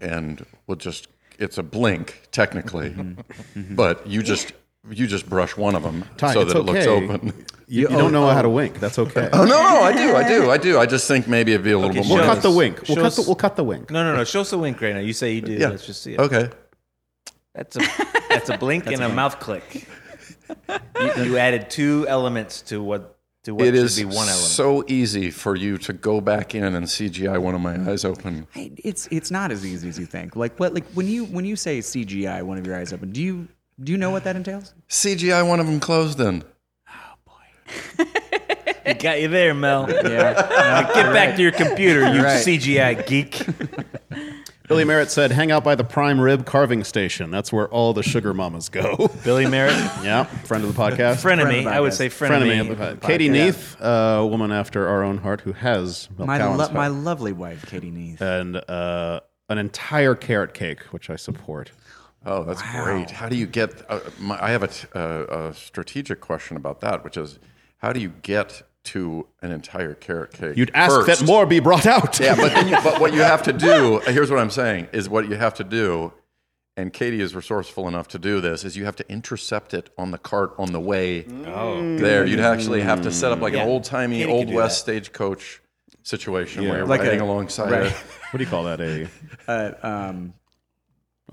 A: and we'll just it's a blink technically,
C: Mm-hmm.
A: but you just you just brush one of them
B: Ty,
A: so
B: it's
A: that it looks
B: okay.
A: open. (laughs)
B: You, you don't know how to wink. That's okay.
A: Oh no, no, I do, I do, I do. I just think maybe it'd be a little bit
B: We'll
A: more.
C: show
B: cut the
C: us-
B: wink. We'll
C: show
B: cut the,
C: us-
B: we'll cut the wink.
C: No, no, no. Show us the wink right now. You say you do.
A: Yeah.
C: Let's just see it.
A: Okay.
C: That's a that's a blink and a mouth click. You, you added two elements to what to what
A: it
C: should
A: is
C: be one element.
A: so easy for you to go back in and CGI one of my eyes open.
D: I, it's it's not as easy as you think. Like what like when you when you say CGI one of your eyes open, do you do you know what that entails?
A: CGI one of them closed then.
C: It got you there, Mel.
D: (laughs) Yeah.
C: Get back to your computer, you
D: Right.
C: CGI geek.
B: Billy Merritt said, "Hang out by the prime rib carving station. That's where all the sugar mamas go." (laughs)
C: Billy Merritt,
B: yeah, friend of the podcast.
D: Frenemy,
C: frenemy. I would
D: podcast.
C: say
B: Frenemy
C: frenemy.
B: of the pod- Katie Neath, uh, a woman after our own heart who has Mel
D: My,
B: Cowan's
D: lo-
B: heart.
D: my lovely wife, Katie Neath.
B: and uh, an entire carrot cake, which I support.
A: Oh, that's great. How do you get? Uh, my, I have a, t- uh, a strategic question about that, which is how do you get to an entire carrot cake?
B: You'd ask
A: first?
B: that more be brought out.
A: Yeah, but, then you, but what you have to do, here's what I'm saying, is what you have to do, and Katie is resourceful enough to do this, is you have to intercept it on the cart on the way there. You'd actually have to set up like
C: Yeah.
A: an old timey,
C: Katie could
A: old
C: do
A: west stagecoach situation where you're
D: Like
A: riding
D: a-
A: alongside
D: right.
A: a,
B: (laughs) What do you call that? A
D: Uh, um,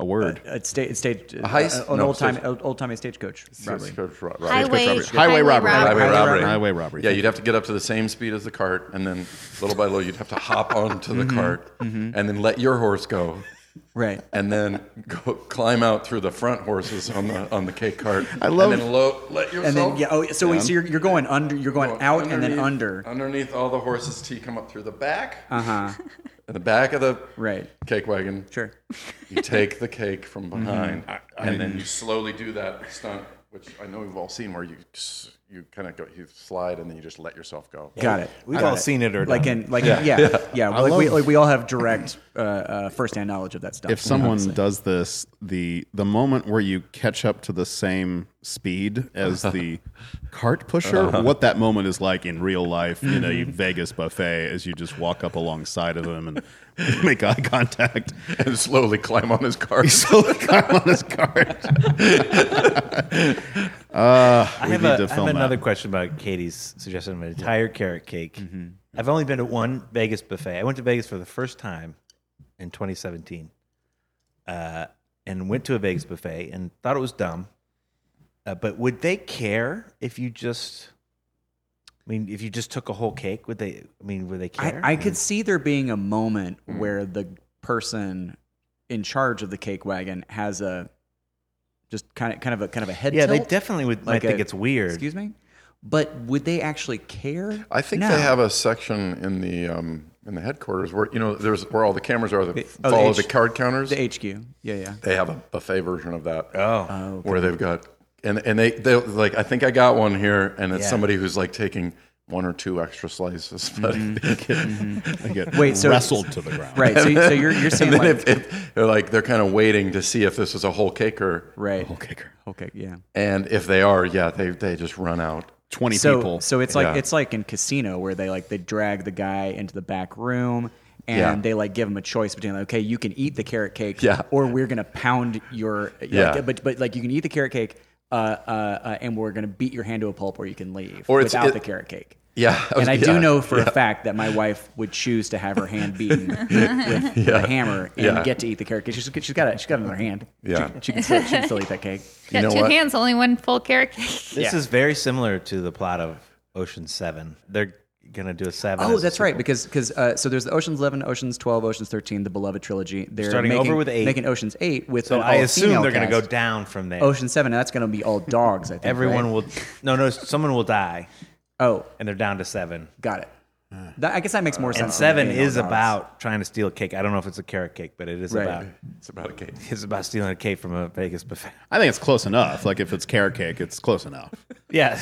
B: a word?
D: a stage, stage, a
A: heist?
D: an
A: No,
D: old time,
A: stage-
D: old timey stagecoach. robbery.
A: stagecoach ro- robbery.
E: Highway,
B: Stagecoach robbery. Highway robbery.
A: Highway
D: Highway
A: uh, robbery.
D: robbery.
B: Highway robbery.
A: Yeah, you'd have to get up to the same speed as the cart, and then little by little, you'd have to hop onto the cart, and then let your horse go,
D: Right.
A: and then (laughs) go, climb out through the front horses on the on the cake cart. I
B: love-
A: And then lo- let yourself.
D: And then yeah. Oh, so, so you're, you're going under. You're going out and then
A: underneath-
D: under.
A: Underneath all the horses till you come up through the back. (laughs)
D: Uh huh.
A: At the back of the
D: Right.
A: cake wagon.
D: Sure. Mm-hmm.
A: You take the cake from behind, and then you slowly do that stunt, which I know you've all seen, where you s- you kind of go, you slide, and then you just let yourself go.
D: Got it.
C: We've
D: Got
C: all seen it or
D: like
C: done
D: in like yeah yeah, Like, we, like we all have direct uh, uh, firsthand knowledge of that stuff.
B: If someone does this, the the moment where you catch up to the same speed
C: (laughs)
B: as the cart pusher,
C: Uh-huh.
B: what that moment is like in real life in a
C: Mm-hmm.
B: Vegas buffet, as you just walk up alongside of him and (laughs) make eye contact.
A: and slowly climb on his cart.
B: (laughs) So the cart on his
C: (laughs)
B: cart. Ah,
C: I
B: We
C: have,
B: need
C: a-
B: to
C: I have
B: film that.
C: another question about Katie's suggestion of an entire carrot cake.
B: Mm-hmm.
C: I've only been to one Vegas buffet. I went to Vegas for the first time in 2017 uh, and went to a Vegas buffet and thought it was dumb. Uh, but would they care if you just, I mean, if you just took a whole cake? Would they, I mean, would they care?
D: I, I could see there being a moment
A: Hmm.
D: where the person in charge of the cake wagon has a just kind of kind of a kind of a head.
C: yeah, they
D: tilt,
C: definitely would.
D: like
C: might think
D: a-
C: it's weird.
D: Excuse me. But would they actually care?
A: I think
D: No.
A: they have a section in the um, in the headquarters where you know there's where all the cameras are that
D: oh, the
A: follow
D: H-
A: the, card counters.
D: the HQ. Yeah, yeah.
A: they have a buffet version of that
C: Oh,
A: where they've got and and they they like I think I got one here and it's
C: Yeah.
A: somebody who's like taking one or two extra slices, but
B: They get
D: Mm-hmm. Wait, so-
B: wrestled to the ground.
D: Right. So, so you're you're saying
A: (laughs) and then
D: like,
A: if, if they're like they're kind of waiting to see if this is a whole caker,
D: right.
B: Kicker.
D: Okay. Yeah.
A: and if they are, yeah, they they just run out.
B: Twenty
D: so,
B: people.
D: So it's like
A: Yeah.
D: it's like in casino where they like they drag the guy into the back room and
A: Yeah.
D: they like give him a choice between like, okay, you can eat the carrot cake,
A: Yeah.
D: or we're gonna pound your
A: Yeah.
D: like, but but like you can eat the carrot cake. Uh, uh, uh, and we're gonna beat your hand to a pulp, or you can leave
A: Or it's-
D: without
A: it-
D: the carrot cake.
A: Yeah, was-
D: (laughs) and I
A: yeah,
D: do know for
A: yeah.
D: a fact that my wife would choose to have her hand beaten
A: (laughs)
D: with, with a hammer and
A: Yeah.
D: get to eat the carrot cake. She's, she's got a, she's got another hand.
A: Yeah.
D: she, she can still, she can still eat that cake.
E: Got
A: know
E: two
A: what?
E: hands, only one full carrot cake.
C: this is very similar to the plot of Ocean Seven. They're gonna do a seven.
D: Oh,
C: as a
D: that's right. Because because uh, so there's the Ocean's Eleven, Ocean's Twelve, Ocean's Thirteen, the Beloved trilogy. They're
C: Starting
D: making,
C: over with eight.
D: making Ocean's Eight with
C: So
D: an
C: I assume
D: all-female
C: they're going to go
D: cast.
C: down from there.
D: Ocean Seven. That's going to be all dogs. I think
C: Everyone
D: right?
C: will. No, no. Someone will die,
D: Oh,
C: and they're down to (laughs) seven.
D: got it. That, I guess that makes more sense.
C: And
D: than
C: seven
D: it being all
C: is
D: dogs.
C: about trying to steal a cake. I don't know if it's a carrot cake, but it is
D: Right.
C: about
A: It's about a cake.
C: it's about stealing a cake from a Vegas buffet. (laughs)
B: I think it's close enough. Like if it's carrot cake, it's close enough.
C: Yeah,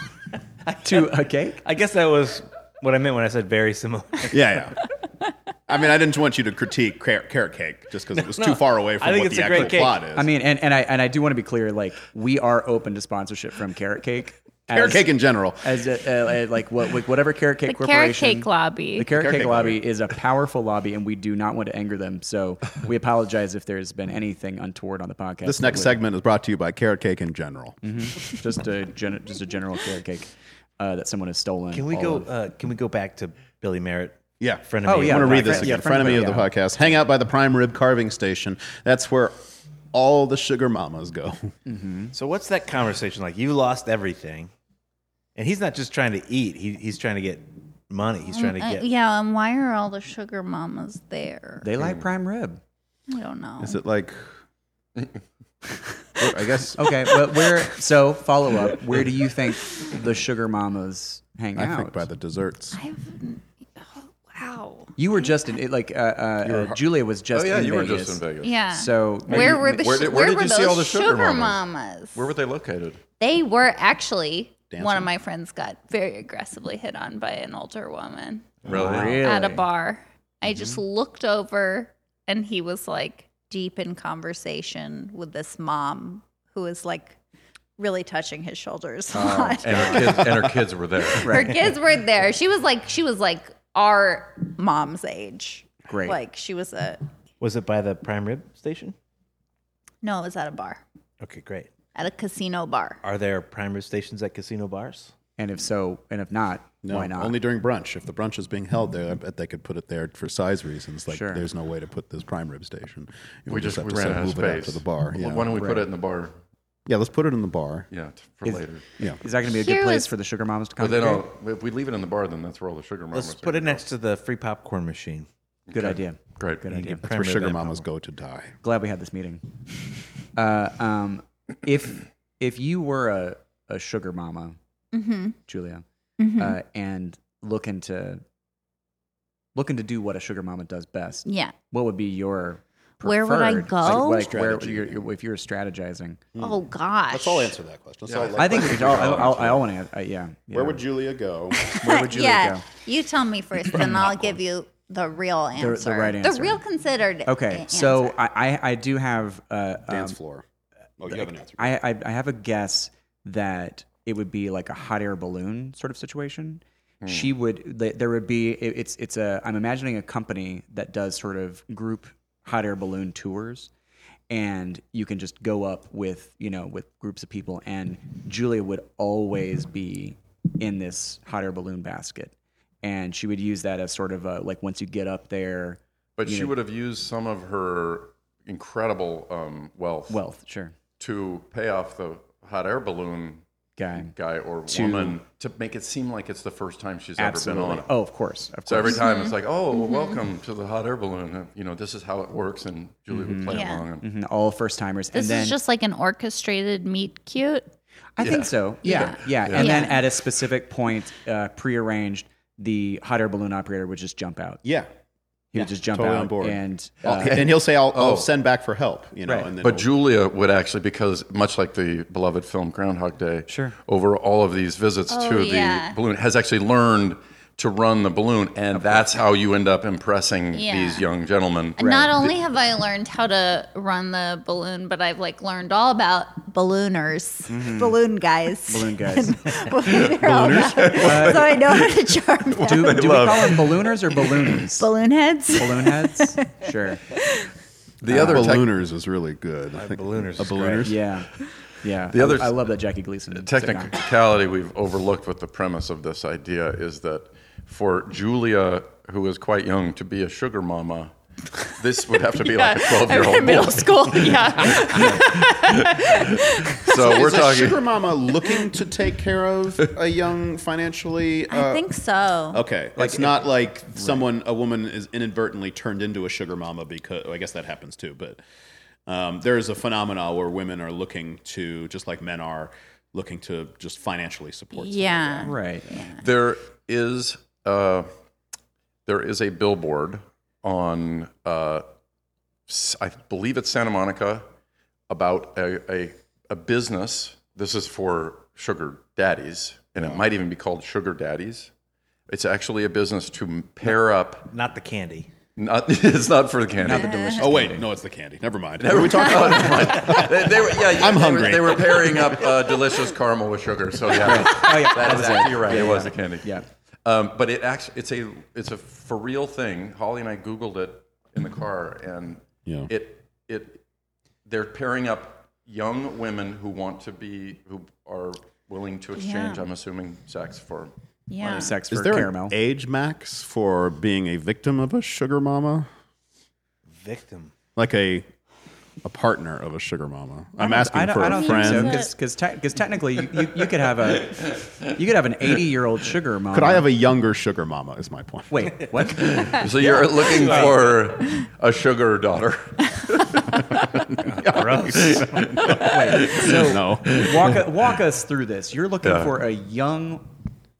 C: (laughs)
D: to a cake.
C: I guess that was what I meant when I said very similar.
B: Yeah, yeah. I mean, I didn't want you to critique carrot, carrot cake just because it was too far away
C: I
B: from
C: think
B: what
C: it's
B: the
C: a great
B: actual
C: cake.
B: plot is.
D: I mean, and, and I and I do want to be clear. Like we are open to sponsorship from Carrot Cake.
B: carrot
D: as-
B: cake in general.
D: As a, uh, uh, like what like whatever Carrot Cake
E: The carrot
D: Corporation.
E: cake lobby.
D: The Carrot
B: Carrot
D: Cake,
B: Cake
D: lobby is a powerful lobby, and we do not want to anger them. So we apologize if there's been anything untoward on the podcast.
B: This next segment is brought to you by carrot cake in general.
D: just a gen- just a general carrot cake uh, that someone has stolen.
C: Can we
D: all
C: go?
D: of-
C: Uh, can we go back to Billy Merritt?
B: Yeah.
C: friend
D: Oh,
C: of me.
D: yeah.
B: I'm going to read this
D: Fren-
B: again.
D: yeah,
B: Frenemy
D: frenemy,
B: of the
D: yeah.
B: podcast. Hang out by the prime rib carving station. That's where all the sugar mamas go.
C: So what's that conversation like? You lost everything, and he's not just trying to eat. He, he's trying to get money. He's trying to
E: Uh,
C: get.
E: yeah, and why are all the sugar mamas there?
D: They like prime rib.
E: I don't know.
B: Is it like? I guess
D: Okay, but where? So follow up. Where do you think the sugar mamas hang
B: I
D: out?
B: think by the desserts.
E: I've, oh, Wow.
D: You were just in it, like uh, uh, uh, Julia was just.
A: Oh yeah,
D: in
A: you
D: Vegas.
A: were just in Vegas.
E: Yeah.
D: So
E: where were the
A: Where
E: sh-
A: did-
E: where,
A: where did
E: were
A: you
E: those
A: see all the sugar mamas?
E: mamas?
A: Where were they located?
E: They were actually one
B: Dancing.
E: of my friends got very aggressively hit on by an older woman
A: Really? Mm-hmm.
E: at a bar. I just looked over and he was like deep in conversation with this mom who was like really touching his shoulders
A: Oh,
E: a
A: (laughs)
E: lot.
A: And her kids, and her kids were there.
B: (laughs)
E: Her kids were there. She was like she was like our mom's age.
D: Great.
E: Like she was a
C: Was it by the prime rib station?
E: no, it was at a bar.
C: Okay, great.
E: At a casino bar.
C: Are there prime rib stations at casino bars?
D: and if so, and if not,
B: No,
D: why not?
B: Only during brunch. If the brunch is being held there, I bet they could put it there for size reasons. Like,
D: Sure.
B: there's no way to put this prime rib station. You
A: We
B: would
A: just,
B: have
A: we
B: to
A: ran
B: sort
A: out
B: of
A: of
B: move it out
A: space.
B: to the bar.
A: Well,
B: Yeah.
A: Why don't we put it in the bar?
B: yeah, let's put it in the bar.
A: Yeah, t- for
D: Is-
A: later.
B: Yeah,
D: Is that going to be a good
E: Here
D: place
E: was-
D: for the sugar mamas to
A: But
D: come?
A: then I'll, if we leave it in the bar, then that's where all the sugar mamas
C: Let's
A: are.
C: put it next to the free popcorn machine.
D: Good idea.
A: Great.
D: Good idea.
B: that's where sugar mamas go to die.
D: Glad we had this meeting. Uh, um, if if you were a, a sugar mama,
E: Mm-hmm.
D: Julia,
E: Mhm.
D: uh, and looking to looking to do what a sugar mama does best,
E: Yeah.
D: what would be your
E: Where would I
D: preferred-
E: go?
D: Like, like where
B: Strategy.
D: you're, if you're strategizing,
E: Oh gosh.
F: Let's all answer that question. Let's
A: Yeah,
F: all
A: I
F: look
D: I think
F: like-
D: we should all. I, I, I want to. Uh, yeah, yeah.
F: Where would
A: (laughs)
F: Julia go?
D: Where would you
E: yeah,
D: go?
E: you tell me first, and I'll give you the real
D: the
E: answer.
D: right answer.
E: The real considered.
D: Okay,
E: a-
D: so
E: answer.
D: I, I I do have uh, um,
F: Dance floor. Oh, you have an answer.
D: I, I I have a guess that it would be like a hot air balloon sort of situation.
A: Hmm.
D: She would th- there would be it, it's it's a I'm imagining a company that does sort of group hot air balloon tours and you can just go up with you know with groups of people and Julia would always be in this hot air balloon basket and she would use that as sort of a like once you get up there
A: But she would have used some of her incredible um, wealth
D: wealth sure
A: to pay off the hot air balloon
D: guy
A: guy or woman to make it seem like it's the first time she's ever
D: absolutely
A: been on it.
D: oh of course of
A: So every
D: course
A: time it's like, oh, well, welcome to the hot air balloon. Uh, You know, this is how it works, and Julie would play
E: Yeah.
A: along. And
D: Mhm, all first timers
E: this
D: and then
E: is just like an orchestrated meet cute.
D: I think so. Yeah. Yeah. And
E: Yeah.
D: then at a specific point, uh, prearranged, the hot air balloon operator would just jump out.
B: Yeah,
D: He would just jump
B: totally
D: out
B: on board.
D: and
B: I'll-
D: uh,
B: and he'll say, "I'll, I'll send back for help," you know.
D: Right.
B: And then
A: Oh. But
B: he'll-
A: Julia would actually, because much like the beloved film Groundhog Day,
D: Sure.
A: over all of these visits to
E: Oh, yeah.
A: the balloon, has actually learned to run the balloon, and that's how you end up impressing
E: Yeah.
A: these young gentlemen.
E: And Not only have I learned how to run the balloon, but I've like learned all about ballooners, balloon guys,
D: Mm-hmm. balloon
E: (laughs)
D: guys.
E: ballooners. (laughs) so I know how to charm them.
D: do do we call them ballooners or balloonies?
E: balloon heads.
D: balloon heads?
E: (laughs)
D: Sure.
A: the other tech- Uh,
B: ballooners is really good. I think
C: ballooners
B: a
C: is great.
B: ballooners. Uh,
D: Yeah. Yeah.
A: The
D: I-
A: other-
D: I, love that Jackie Gleason. sitcom.
A: technicality we've overlooked with the premise of this idea is that for Julia, who is quite young, to be a sugar mama, this would have to be
E: (laughs)
A: like a
E: in
A: 12 year
E: middle
A: old.
E: school. Yeah.
A: So we're
B: Is a sugar
A: talking.
B: mama looking to take care of a young financially?
A: (laughs)
E: I
B: uh,
E: think so.
B: Okay, it's not like someone, a woman is inadvertently turned into a sugar mama because well, I guess that happens too. But um, there is a phenomena where women are looking to, just like men are, looking to just financially support. someone.
E: Yeah.
D: Right.
A: There is, uh, there is a billboard on, uh, S- I believe it's Santa Monica, about a, a, a business. This is for sugar daddies, and it might even be called Sugar Daddies. It's actually a business to pair up
C: Not the candy.
A: Not, (laughs) it's not for the candy.
D: The
E: (laughs)
D: delicious.
B: Oh wait, no, it's the candy. Never mind.
A: Were we talking about? they, they were, yeah,
B: I'm
A: they
B: hungry.
A: Were, they were pairing up uh, delicious caramel with sugar. So yeah,
D: Oh, yeah.
A: that is actually you're right. it was the candy.
D: Yeah.
A: Um, but it actually it's a it's a for real thing. Holly and I googled it in the car, and
B: Yeah.
A: it it they're pairing up young women who want to be who are willing to exchange.
E: Yeah.
A: I'm assuming sex for
E: Yeah.
D: Sex
B: Is
D: for
B: there
D: caramel.
B: an age max for being a victim of a sugar mama?
C: Victim.
B: Like a a partner of a sugar mama? I'm
D: don't-
B: asking
D: I don't,
B: for
D: I
B: a
D: don't
B: friend.
D: think so because technically you, you, you could have a you could have an 80 year old sugar mom.
B: Could I have a younger sugar mama? Is my point.
D: wait? What?
A: So you're looking for a sugar daughter.
D: wait. So
B: No. (laughs)
D: (laughs) walk walk us through this. You're looking for a young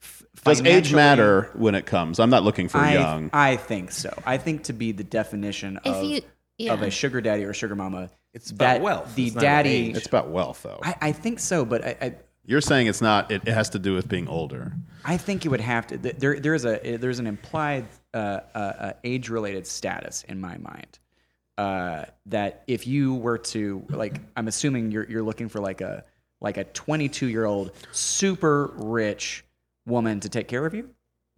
D: f-
B: Does age
D: financially-
B: matter when it comes? I'm not looking for
D: I,
B: young.
D: I think so. I think to be the definition
E: If
D: of,
E: you- yeah.
D: of a sugar daddy or sugar mama, it's
C: about
D: that
C: wealth.
D: The
C: It's not about
D: daddy,
B: it's about wealth, though.
D: I, I think so, but I, I,
B: You're saying it's not. It, it has to do with being older.
D: I think you would have to. th- There, there is a there's an implied uh, uh, uh, age related status in my mind. Uh, that if you were to like, I'm assuming you're you're looking for like a like a 22 year old super rich woman to take care of you.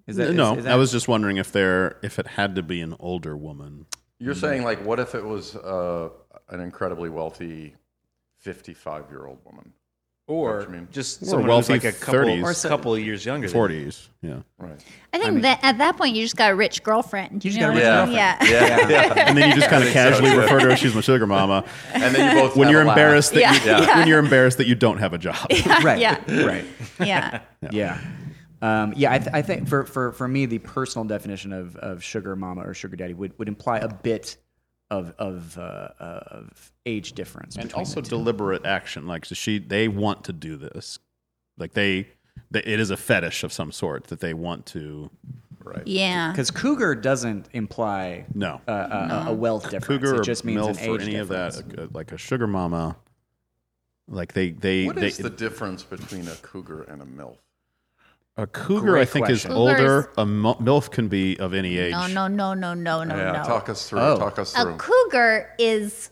D: Is that
B: no,
D: is- is that-
B: I was just wondering if there, if it had to be an older woman.
A: You're saying like, what if it was uh, an incredibly wealthy, fifty-five-year-old woman?
C: or
A: mean?
C: just
B: Or
C: someone who's
B: wealthy
C: like a couple
B: 30s. Or
D: so-
C: couple of years younger. than you.
B: Forties,
D: (laughs)
B: yeah.
A: Right.
E: I think that at that point you just got a rich girlfriend.
D: You just
E: know
D: got a
E: what I
D: rich
E: mean?
A: Yeah.
E: Yeah.
A: Yeah.
B: And then you just kind of
A: think (laughs) so,
B: casually
A: yeah.
B: refer to her. She's my sugar
D: (laughs)
B: mama.
A: And then you both
B: When
A: have
B: you're
A: a laugh.
B: embarrassed that you,
E: Yeah. Yeah.
B: when you're embarrassed that you don't have a job.
D: (laughs) right?
E: yeah.
D: right.
E: Yeah.
D: Yeah. Um, yeah, I, th- I think for, for, for me, the personal definition of, of sugar mama or sugar daddy would, would imply a bit of, of, uh, of age difference.
B: and
D: between
B: (laughs) also
D: the two.
B: deliberate action like so she they want to do this like they, they it is a fetish of some sort that they want to
E: (laughs) Yeah.
D: Because cougar doesn't imply
B: no
D: uh, a, a wealth difference.
B: cougar
D: it just
B: or
D: means
B: milf
D: an age
B: or any
D: difference.
B: of that uh, like a sugar mama like they they,
A: What
B: they
A: is the difference between a cougar and a milf?
B: a cougar i
D: Great
B: think
D: question.
B: is
E: Cougar is-
B: older a mo- milf can be of any age
E: No, no, no, no, no, no,
A: yeah,
E: no.
A: talk us through.
D: Oh.
A: Talk us
E: a
A: through.
E: cougar is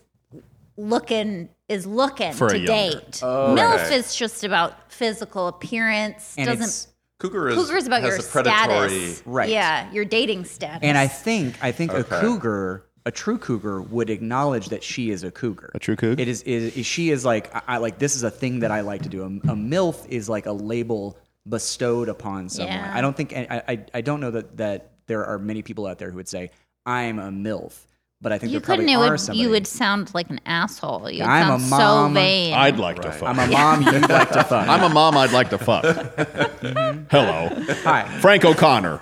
E: looking is looking
B: For a
E: to
B: younger.
E: date. MILF
A: Okay.
E: is just about physical appearance.
D: And
E: doesn't
D: it's-
A: cougar is
E: cougar's about
A: has
E: your
A: a predatory.
E: status.
D: Right.
E: Yeah, your dating status.
D: And I think I think
A: Okay.
D: a cougar, a true cougar, would acknowledge that she is a cougar.
B: a true cougar
D: It is, is, is- she is like I, I like this is a thing that I like to do. A, a milf is like a label bestowed upon someone.
E: Yeah.
D: I don't think and I, I I don't know that that there are many people out there who would say I'm a milf, but I think
E: you
D: there probably
E: couldn't. It
D: are
E: would,
D: somebody.
B: (laughs)
E: you would sound like an asshole. You would
D: I'm
E: sound
D: a mom.
E: so vain.
B: i'd like to fuck
D: I'm a mom. you like to fuck.
B: I'm a mom i'd like to
D: (laughs)
B: fuck Mm-hmm. hello
D: Hi.
B: frank o'connor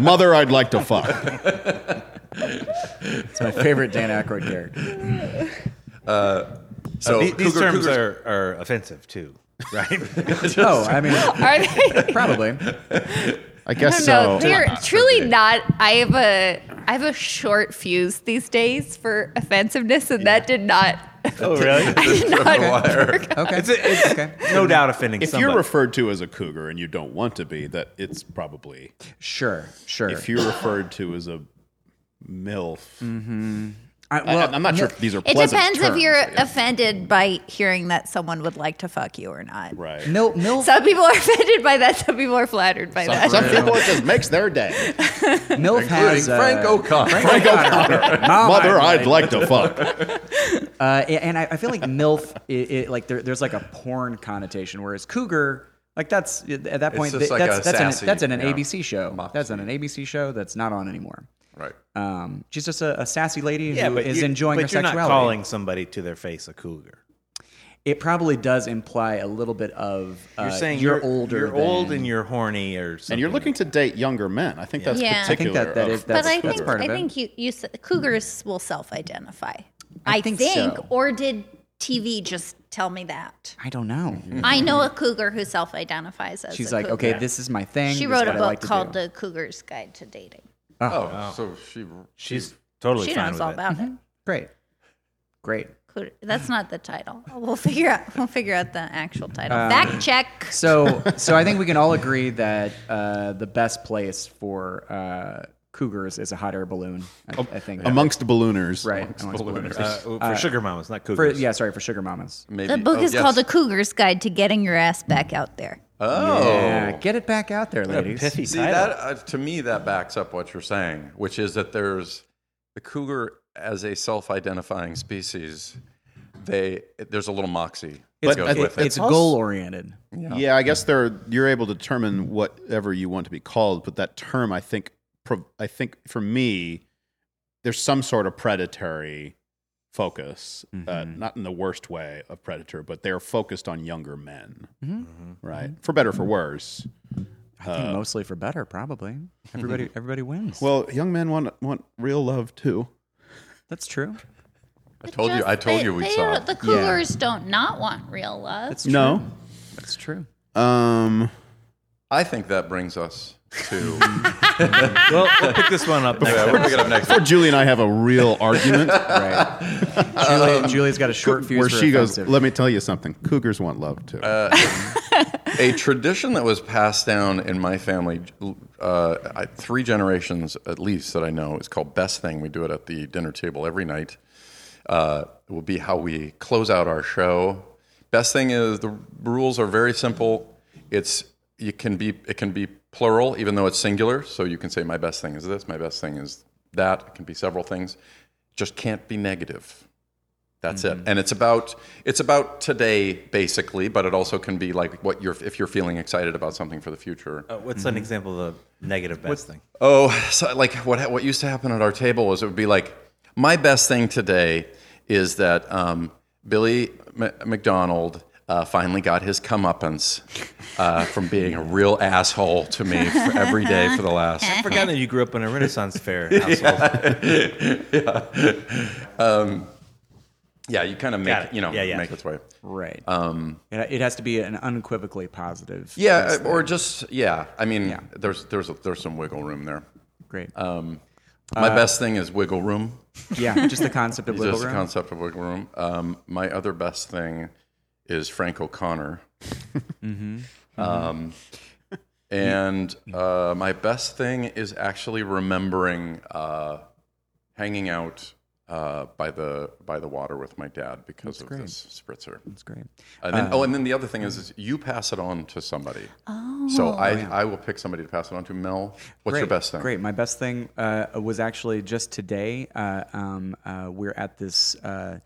B: mother i'd like to fuck
D: It's my favorite Dan
B: (laughs)
D: Aykroyd character.
A: So
C: These, these
A: cougar-
C: terms
A: cougars-
C: are, are offensive too, right?
D: Oh, I mean,
E: Are
D: (laughs)
E: they?
D: probably.
B: i guess so
E: No, they're truly not. I have a I have a short fuse these days for offensiveness, and that did not.
C: (laughs) oh, really?
D: Okay.
C: it's, a, it's
D: okay.
C: no doubt offending
B: if
C: somebody.
B: you're referred to as a cougar and you don't want to be, that it's probably
D: Sure. Sure.
B: if you're referred to as a milf.
D: I,
B: I,
D: Mm. well,
B: am not sure
D: mil-
B: if these are.
E: It
B: pleasant
E: depends if
B: terms,
E: you're
B: I guess.
E: offended by hearing that someone would like to fuck you or not.
B: right.
D: Mil, milf,
E: Some people are (laughs) offended by that. Some people are flattered by that.
F: Some people it just makes their day.
D: milf
A: including
D: has uh,
A: Frank O'Connor.
D: Frank O'Connor. Mom,
B: Mother,
D: I-
B: I'd like to fuck.
D: Uh, a- and I, I feel like MILF, it, it, like there, there's like a porn connotation, whereas Cougar, like that's at that point,
A: just
D: th-
A: like
D: that's
A: a
D: that's,
A: sassy,
D: an, that's in an
A: yeah,
D: ABC show.
A: moxie.
D: That's in an ABC show that's not on anymore.
A: Right.
D: Um, she's just a, a sassy lady
C: yeah,
D: who
C: but
D: is
C: you-
D: enjoying
C: but
D: her
C: you're
D: sexuality.
C: not calling somebody to their face a cougar.
D: It probably does imply a little bit of uh,
C: You're saying
D: you're, older.
C: You're old
D: than-
C: and you're horny, or something.
B: And you're looking to date younger men. I think that's
E: Yeah. I think
B: particular.
D: that- that
B: of-
D: is- that-
E: but
D: That's-
E: I
D: that's
E: think
D: part of
E: I
D: it.
E: think you, you s- cougars will self-identify. I,
D: think
E: think,
D: so.
E: or did TV just tell me that?
D: I don't know.
E: I know a cougar who self-identifies as.
D: She's
E: a
D: like,
E: cougar.
D: okay, this is my thing.
E: She
D: this is
E: wrote a
D: what I
E: book
D: like to
E: called
D: do.
E: The Cougar's Guide to Dating.
A: Oh, so she.
C: she's totally
E: she
C: fine
E: knows
C: with
E: all
C: it.
E: about it.
D: Mm-hmm. Great, great.
E: Cougar- That's not the title. We'll (laughs) figure out. We'll figure out the actual title.
D: Um,
E: Fact check.
D: So, so I think we can all agree that uh, the best place for uh, cougars is a hot air balloon. I, I think
B: amongst ballooners.
D: right amongst ballooners.
C: Uh, for sugar mamas, not
D: For,
C: cougars.
D: yeah, sorry for sugar mamas.
A: Maybe.
E: The book
A: oh,
E: is
A: yes.
E: called The Cougar's Guide to Getting Your Ass Back Out There.
A: Oh.
D: Yeah, get it back out there, ladies.
C: pithy
A: See
C: title.
A: that uh, to me that backs up what you're saying, which is that there's the cougar as a self-identifying species. They there's a little moxie that
B: But
A: goes
B: I
A: with it.
B: think
D: it's goal oriented.
B: Yeah. I guess they're you're able to determine whatever you want to be called, but that term, I think, pro- I think for me, there's some sort of predatory focus, uh, not in the worst way of predator, but they're focused on younger men,
D: Mm-hmm.
B: right? For better or for worse.
D: I think mostly for better, probably. Everybody, everybody wins.
B: Well, young men want want real love too.
D: that's true.
A: I told you.
E: Just-
A: I told
E: they-
A: you we
E: they
A: saw.
E: don't- The cougars don't not want real love.
D: That's true.
B: No,
D: That's true.
B: um,
A: I think that brings us (laughs) to.
C: Well, we'll pick this one up next.
A: yeah, we'll pick it up next.
B: Before Julie and I have a real argument
D: (laughs) Right. Julie, Julie's got a short fuse.
B: where
D: for
B: she goes, uh,
D: offensive. Uh,
B: let me tell you something. Cougars want love too.
A: a tradition that was passed down in my family, uh, I, three generations at least that I know, is called Best Thing. We do it at the dinner table every night. Uh, it will be how we close out our show. Best thing is the rules are very simple. It's you can be it can be plural even though it's singular, so you can say my best thing is this, my best thing is that. It can be several things. Just can't be negative. That's
C: Mm-hmm.
A: it. And it's about it's about today basically, but it also can be like what you're if you're feeling excited about something for the future.
C: Uh, what's an example of a negative best thing?
A: Oh, so like what what used to happen at our table was it would be like my best thing today is that um, Billy M- McDonald uh, finally got his comeuppance uh, from being a real asshole to me for every day for the last
C: I forgot that you grew up in a Renaissance fair household.
A: yeah you kind of make
C: Got it.
A: you know
C: Yeah, yeah.
A: make its way
D: Right. Um, it, it has to be an unequivocally positive.
A: yeah uh, or just yeah I mean
D: Yeah.
A: there's there's there's some wiggle room there
D: Great.
A: my best thing is wiggle room
D: yeah, just the concept of Uh, wiggle
A: (laughs) just the
D: room.
A: concept of wiggle room. Um, my other best thing is Frank
D: (laughs)
A: O'Connor.
D: Mm-hmm.
A: Um, and uh, my best thing is actually remembering uh, hanging out uh, by the by the water with my dad because of this spritzer.
D: That's great. Uh,
A: And then, oh, and then the other thing is, is you pass it on to somebody. Oh, so I, I will pick somebody to pass it on to. Mel, what's
D: great.
A: your best thing?
D: Great. My best thing uh, was actually just today. Uh, um, uh, we're at this uh,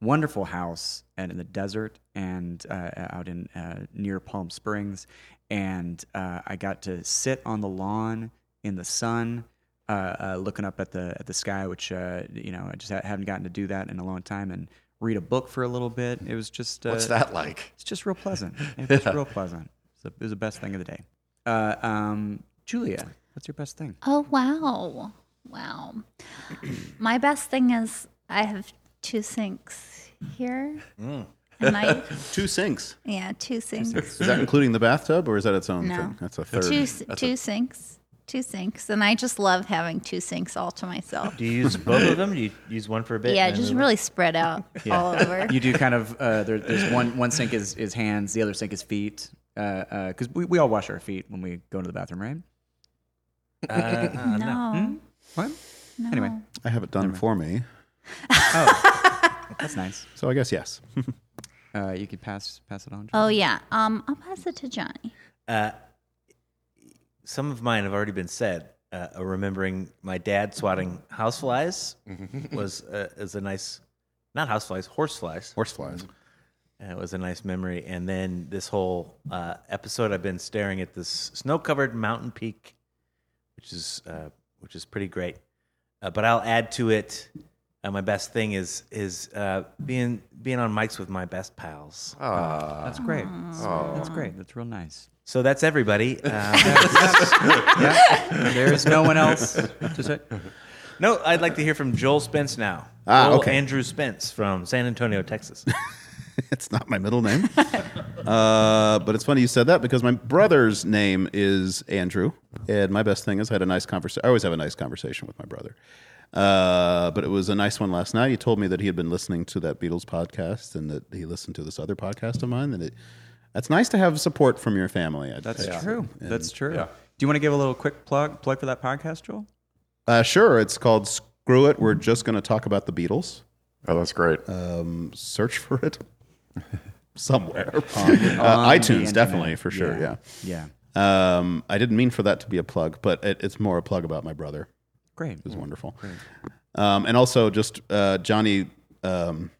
D: wonderful house and in the desert and uh, out in uh, near Palm Springs, and uh, I got to sit on the lawn in the sun. Uh, uh, looking up at the at the sky, which uh, you know I just ha- haven't gotten to do that in a long time, and read a book for a little bit. It was just uh,
A: What's that like?
D: it's just real (laughs) pleasant. It was real pleasant. It's the- It was the best thing of the day. Uh, um, Julia, what's your best thing?
E: Oh, wow. Wow. My best thing is I have two sinks here.
A: Mm. (laughs)
E: And I,
B: Two sinks.
E: yeah, two sinks.
B: Is that including the bathtub or is that its own
E: No.
B: thing? That's a third.
E: Two, s- two sinks. Two sinks. And I just love having two sinks all
B: (laughs)
E: to myself.
C: Do you use both of them? Do you use one for a bit?
E: Yeah,
C: and then
E: just
C: the-
E: really
B: (laughs)
E: spread out all over.
D: You do kind of uh, there, there's one one sink is, is hands, the other sink is feet. Because uh, 'cause we, we all wash our feet when we go to the bathroom, right?
C: Uh, uh, no.
E: No.
B: Hmm?
D: What? Anyway,
B: I have it done for me.
D: that's nice.
B: So I guess yes. (laughs)
D: Uh, you could pass pass it on. Julia.
E: Oh, yeah. Um, I'll pass it to Johnny.
C: Uh, some of mine have already been said. Uh, remembering my dad swatting houseflies was uh, is a nice, not houseflies, horseflies.
B: Horseflies.
C: And Uh, it was a nice memory. And then this whole uh, episode, I've been staring at this snow-covered mountain peak, which is uh, which is pretty great. Uh, but I'll add to it. Uh, my best thing is is uh, being being on mics with my best pals.
A: Ah,
D: That's great. That's, that's great. That's real nice.
C: So that's everybody. Um,
D: yeah. There's no one else. Just (laughs) it.
C: No, I'd like to hear from Joel Spence now.
B: Ah,
C: Joel
B: okay.
C: Andrew Spence from San Antonio, Texas.
B: it's not my middle name. (laughs) uh, but it's funny you said that because my brother's name is Andrew. And my best thing is I had a nice conversation. I always have a nice conversation with my brother. Uh, but it was a nice one last night. He told me that he had been listening to that Beatles podcast and that he listened to this other podcast of mine. And it, that's nice to have support from your family. I'd
D: That's
B: say.
D: true. that's true.
A: yeah.
D: Do you want to give a little quick plug plug for that podcast, Joel?
B: Uh, sure. It's called Screw It. We're just going to talk about the Beatles.
A: oh, that's great.
B: Search for it (laughs) somewhere. uh, iTunes,
D: internet.
B: definitely, for sure. yeah.
D: Yeah.
B: Um, I didn't mean for that to be a plug, but it, it's more a plug about my brother.
D: Great.
B: It was wonderful. Um, and also, just uh, Johnny um,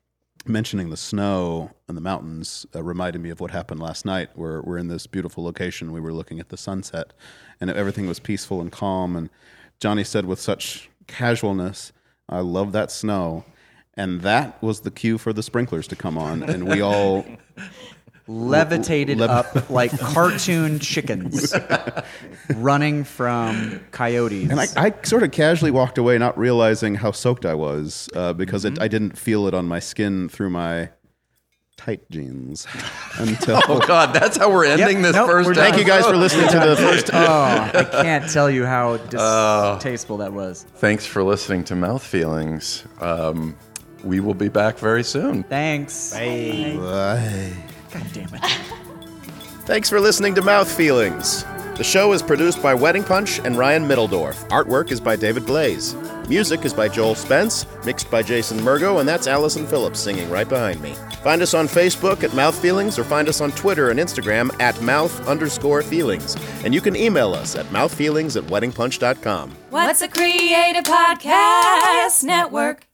B: mentioning the snow and the mountains uh, reminded me of what happened last night. We're, we're in this beautiful location. We were looking at the sunset, and everything was peaceful and calm. And Johnny said with such casualness, I love that snow. And that was the cue for the sprinklers to come on. And we all
D: levitated
B: Lev-
D: up like cartoon chickens running from coyotes.
B: And I, I sort of casually walked away, not realizing how soaked I was uh, because it, I didn't feel it on my skin through my tight jeans (laughs) until
A: Oh
B: (laughs)
A: God, that's how we're ending this
D: nope,
A: first.
D: we're done.
F: Thank you guys for listening to the first.
D: Oh, I can't tell you how distasteful that was.
A: Thanks for listening to Mouth Feelings. Um, we will be back very soon.
D: Thanks.
B: Bye.
D: God damn it.
F: Thanks for listening to Mouth Feelings. The show is produced by Wedding Punch and Ryan Middledorf. Artwork is by David Blaze. Music is by Joel Spence, mixed by Jason Murgo, and that's Allison Phillips singing right behind me. Find us on Facebook at Mouth Feelings or find us on Twitter and Instagram at mouth underscore feelings. And you can email us at mouthfeelings at weddingpunch.com.
G: What's a Creative Podcast Network?